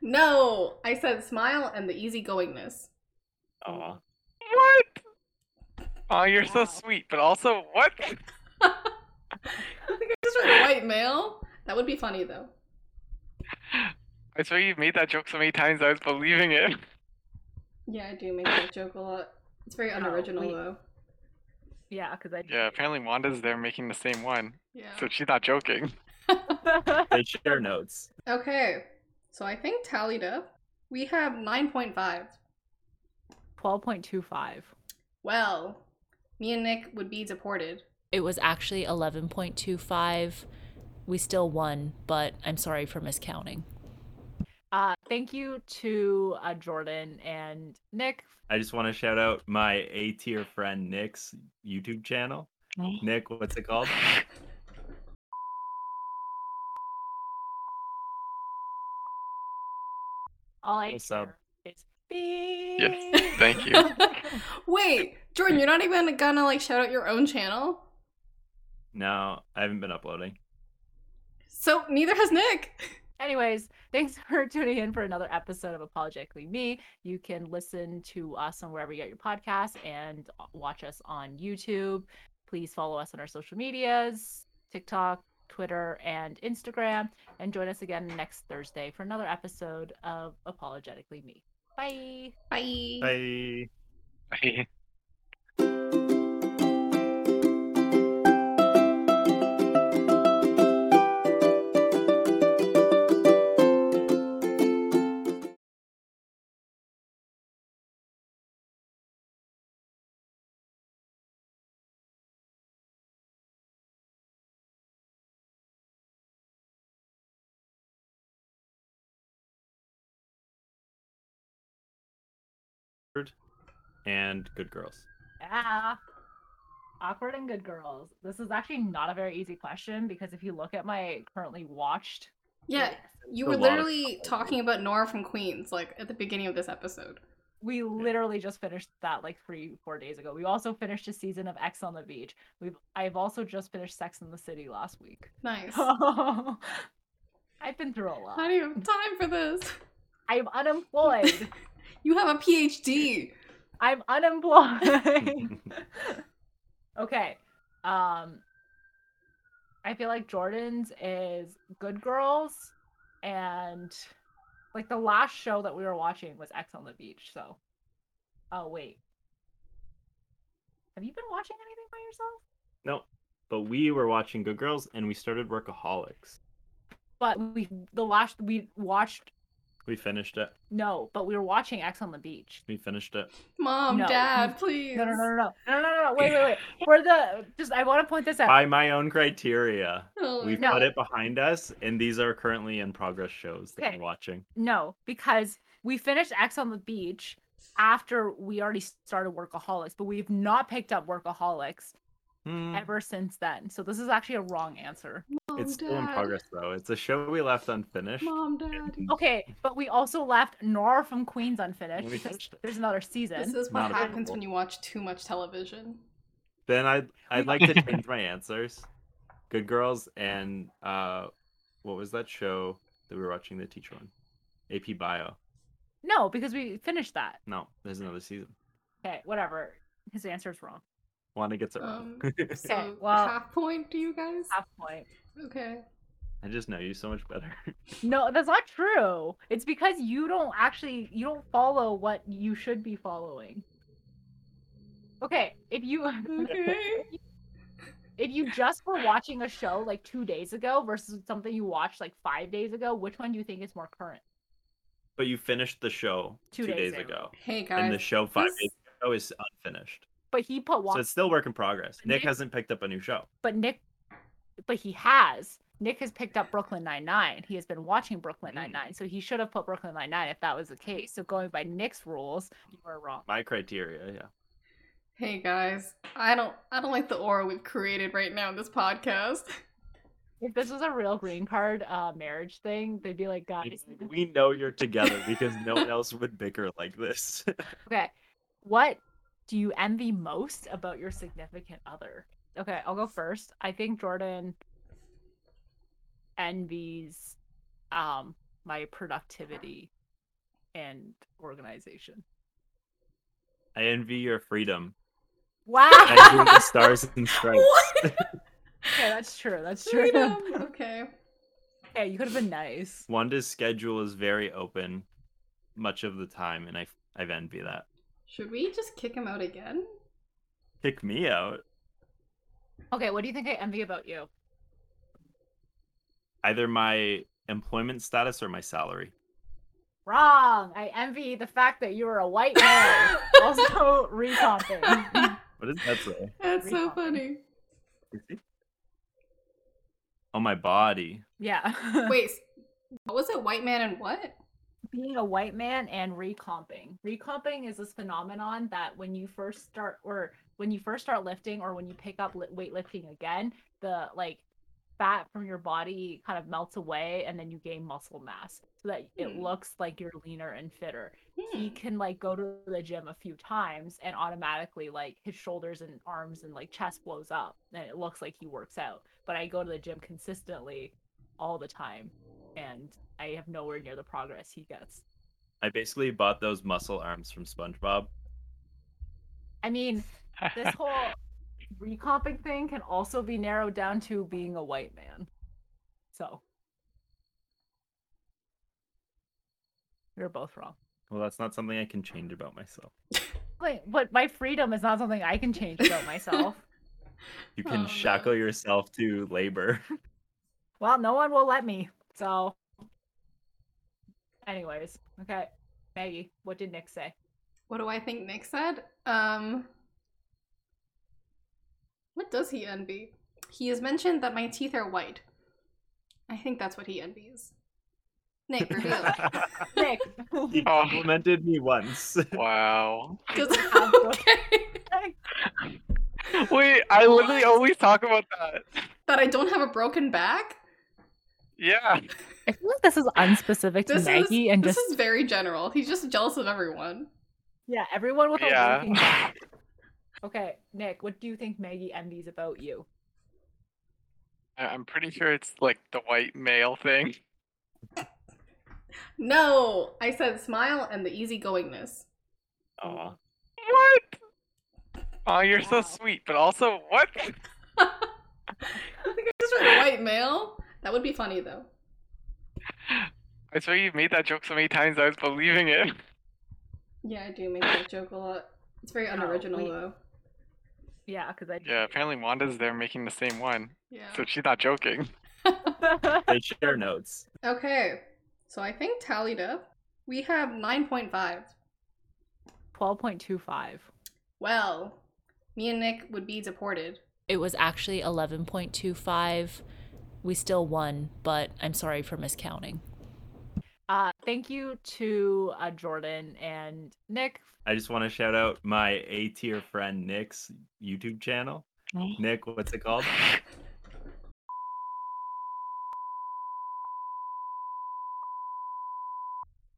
Speaker 1: No, I said smile and the easygoingness.
Speaker 4: Aw.
Speaker 3: What? Oh, you're
Speaker 2: Wow.
Speaker 3: so sweet, but also what?
Speaker 1: I think I just read a white male. That would be funny though.
Speaker 3: I swear you've made that joke so many times I was believing it.
Speaker 1: Yeah, I do make that joke a lot. It's very
Speaker 2: Oh,
Speaker 1: unoriginal
Speaker 2: wait.
Speaker 1: though.
Speaker 2: Yeah, because I
Speaker 3: Yeah, apparently Wanda's there making the same one, so
Speaker 1: Yeah.
Speaker 3: she's not joking.
Speaker 4: They share notes.
Speaker 1: Okay. So I think tallied up. We have 9.5.
Speaker 2: twelve point two five.
Speaker 1: Well, me and Nick would be deported.
Speaker 5: It was actually 11.25. We still won, but I'm sorry for miscounting.
Speaker 2: Uh, thank you to uh, Jordan and Nick.
Speaker 4: I just want to shout out my A tier friend Nick's YouTube channel.
Speaker 1: Oh.
Speaker 4: Nick, what's it called?
Speaker 2: All I
Speaker 4: Hey, sub.
Speaker 2: hear is beep.
Speaker 3: Yes, thank you.
Speaker 1: Wait, Jordan, you're not even gonna like shout out your own channel?
Speaker 4: No, I haven't been uploading.
Speaker 1: So neither has Nick.
Speaker 2: Anyways, thanks for tuning in for another episode of Apologetically Me. You can listen to us on wherever you get your podcasts and uh, watch us on YouTube. Please follow us on our social medias TikTok, Twitter, and Instagram. And join us again next Thursday for another episode of Apologetically Me. Bye.
Speaker 1: Bye.
Speaker 4: Bye. And good girls.
Speaker 2: Yeah. Ah, Awkward and good girls. This is actually not a very easy question because if you look at my currently watched,
Speaker 1: Yeah, you
Speaker 4: A
Speaker 1: were
Speaker 4: lot of
Speaker 1: literally talking about Nora from Queens, like at the beginning of this episode.
Speaker 2: We literally just finished that like three, four days ago. We also finished a season of X on the Beach. We've I've also just finished Sex in the City last week.
Speaker 1: Nice. I
Speaker 2: I've been through a lot.
Speaker 1: do you have time for this?
Speaker 2: I'm unemployed.
Speaker 1: You have a PhD.
Speaker 2: I'm unemployed. okay. Um I feel like Jordan's is Good Girls and like the last show that we were watching was X on the Beach, so oh wait. Have you been watching anything by yourself?
Speaker 4: No, but we were watching Good Girls and we started Workaholics.
Speaker 2: But we the last we watched
Speaker 4: We finished it.
Speaker 2: no, but we were watching X on the Beach.
Speaker 4: We finished it.
Speaker 1: Mom,
Speaker 2: No.
Speaker 1: dad, please.
Speaker 2: No, no, no, no, no, no, no, no, no. Wait, wait, wait. For the just, I want to point this out.
Speaker 4: By my own criteria,
Speaker 1: Oh,
Speaker 4: we
Speaker 2: No.
Speaker 4: put it behind us, and these are currently in progress shows that
Speaker 2: Okay.
Speaker 4: we're watching.
Speaker 2: No, because we finished X on the Beach after we already started Workaholics, but we've not picked up Workaholics
Speaker 4: Hmm,
Speaker 2: ever since then. So this is actually a wrong answer.
Speaker 1: Mom,
Speaker 4: it's still in
Speaker 1: Dad.
Speaker 4: progress though. It's a show we left unfinished.
Speaker 1: Mom, dad.
Speaker 4: and
Speaker 2: Okay, but we also left Nora from Queens unfinished
Speaker 4: We
Speaker 2: because
Speaker 4: finished it.
Speaker 2: there's another
Speaker 1: This
Speaker 2: season.
Speaker 1: is what
Speaker 4: Not
Speaker 1: happens
Speaker 4: available.
Speaker 1: when you watch too much television.
Speaker 4: Then I'd I'd like to change my answers. Good Girls and uh, what was that show that we were watching? The teacher one, AP Bio.
Speaker 2: No, because we finished that.
Speaker 4: No, there's another season.
Speaker 2: Okay, whatever. His answer is wrong.
Speaker 4: Wanda gets it wrong.
Speaker 1: Um, So
Speaker 2: well-
Speaker 1: half point to you guys.
Speaker 2: Half point.
Speaker 1: Okay.
Speaker 4: I just know you so much better.
Speaker 2: No, that's not true. It's because you don't actually you don't follow what you should be following. Okay, if you if you just were watching a show like 2 days ago versus something you watched like 5 days ago, which one do you think is more current?
Speaker 4: but you finished the show
Speaker 2: Two
Speaker 4: two,
Speaker 2: days
Speaker 4: days,
Speaker 2: ago.
Speaker 4: ago,
Speaker 1: Hey
Speaker 4: and
Speaker 1: guys.
Speaker 4: the show five
Speaker 1: this-
Speaker 4: days ago is unfinished.
Speaker 2: But he put
Speaker 4: So
Speaker 2: watch
Speaker 4: it's still work in progress. Nick
Speaker 2: Nick-
Speaker 4: hasn't picked up a new show.
Speaker 2: but Nick but he has. Nick has picked up Brooklyn Nine Nine. He has been watching Brooklyn
Speaker 4: Mm.
Speaker 2: Nine Nine, so he should have put Brooklyn Nine Nine if that was the case. So going by Nick's rules, you were wrong.
Speaker 4: My criteria, yeah.
Speaker 1: hey guys. I don't I don't like the aura we've created right now in this podcast.
Speaker 2: If this was a real green card uh, marriage thing, they'd be like, guys,
Speaker 4: We know you're together because no one else would bicker like this.
Speaker 2: okay, what do you envy most about your significant other? Okay, I'll go first. I think Jordan envies um, my productivity and organization.
Speaker 4: I envy your freedom.
Speaker 2: Wow.
Speaker 4: I envy the stars and stripes.
Speaker 1: What?
Speaker 2: okay, that's true. That's true.
Speaker 1: Freedom. Okay.
Speaker 2: Yeah, you could have been nice.
Speaker 4: Wanda's schedule is very open much of the time, and I I envy that.
Speaker 1: Should we just kick him out again?
Speaker 4: Kick me out.
Speaker 2: Okay, what do you think I envy about you?
Speaker 4: Either my employment status or my salary.
Speaker 2: Wrong. I envy the fact that you are a white man. also, recomping.
Speaker 4: What does that say?
Speaker 1: That's so
Speaker 2: Recall.
Speaker 1: funny.
Speaker 4: Oh, my body.
Speaker 2: Yeah.
Speaker 1: Wait, s- what was it? White man and what?
Speaker 2: being a white man and recomping. Recomping is this phenomenon that when you first start or when you first start lifting or when you pick up li- weightlifting again, the like fat from your body kind of melts away and then you gain muscle mass so that it
Speaker 1: Hmm.
Speaker 2: looks like you're leaner and fitter. He
Speaker 1: Hmm.
Speaker 2: can like go to the gym a few times and automatically like his shoulders and arms and like chest blows up and it looks like he works out. But I go to the gym consistently all the time and I have nowhere near the progress he gets.
Speaker 4: I basically bought those muscle arms from SpongeBob.
Speaker 2: I mean, this whole recomping thing can also be narrowed down to being a white man. So you're both wrong.
Speaker 4: Well, that's not something I can change about myself.
Speaker 2: Like, but my freedom is not something I can change about myself.
Speaker 4: You
Speaker 1: Oh,
Speaker 4: can
Speaker 1: no.
Speaker 4: shackle yourself to labor.
Speaker 2: well, no one will let me. So, anyways, okay, Maggie, what did Nick say?
Speaker 1: What do I think Nick said? Um, what does he envy? He has mentioned that my teeth are white. I think that's what he envies. Nick, reveal.
Speaker 2: Nick,
Speaker 4: He complimented me once.
Speaker 3: Wow.
Speaker 1: Does-
Speaker 2: have both-
Speaker 1: okay.
Speaker 3: Wait, I literally always talk about that.
Speaker 1: That I don't have a broken back?
Speaker 3: Yeah.
Speaker 2: I feel like this is unspecific to
Speaker 1: This
Speaker 2: Maggie
Speaker 1: is
Speaker 2: and
Speaker 1: this
Speaker 2: just
Speaker 1: is very general. He's just jealous of everyone.
Speaker 2: yeah, everyone with a
Speaker 3: Yeah.
Speaker 2: winking back. Okay, Nick, what do you think Maggie envies about you?
Speaker 3: I- I'm pretty sure it's like the white male thing.
Speaker 1: No, I said smile and the easygoingness.
Speaker 4: Aw.
Speaker 3: What? Oh, you're
Speaker 2: Wow.
Speaker 3: so sweet, but also what?
Speaker 1: I think I just read white male. That would be funny though.
Speaker 3: I swear you've made that joke so many times I was believing it.
Speaker 1: Yeah, I do make that joke a lot. It's very unoriginal
Speaker 2: wait.
Speaker 1: though.
Speaker 2: Yeah, because I
Speaker 3: Yeah, apparently Wanda's there making the same one,
Speaker 1: Yeah.
Speaker 3: so she's not joking.
Speaker 4: They share notes.
Speaker 1: Okay, so I think tallied up, we have 9.5.
Speaker 2: twelve point two five.
Speaker 1: Well, me and Nick would be deported.
Speaker 5: It was actually 11.25. We still won, but I'm sorry for miscounting.
Speaker 2: Uh, thank you to uh, Jordan and Nick.
Speaker 4: I just want to shout out my A tier friend Nick's YouTube channel. Nick, what's it called?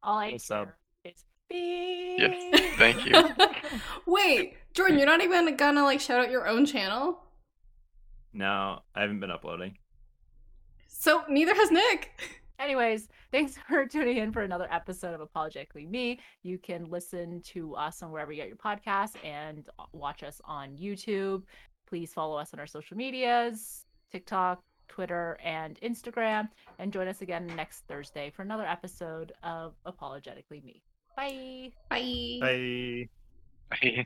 Speaker 2: All I
Speaker 4: What's up?
Speaker 2: hear is beep.
Speaker 3: Yes, thank you.
Speaker 1: Wait, Jordan, you're not even gonna like shout out your own channel?
Speaker 4: No, I haven't been uploading.
Speaker 1: So neither has Nick.
Speaker 2: Anyways, thanks for tuning in for another episode of Apologetically Me. You can listen to us on wherever you get your podcasts and uh, watch us on YouTube. Please follow us on our social medias TikTok, Twitter, and Instagram. And join us again next Thursday for another episode of Apologetically Me. Bye.
Speaker 1: Bye.
Speaker 4: Bye.
Speaker 3: Bye.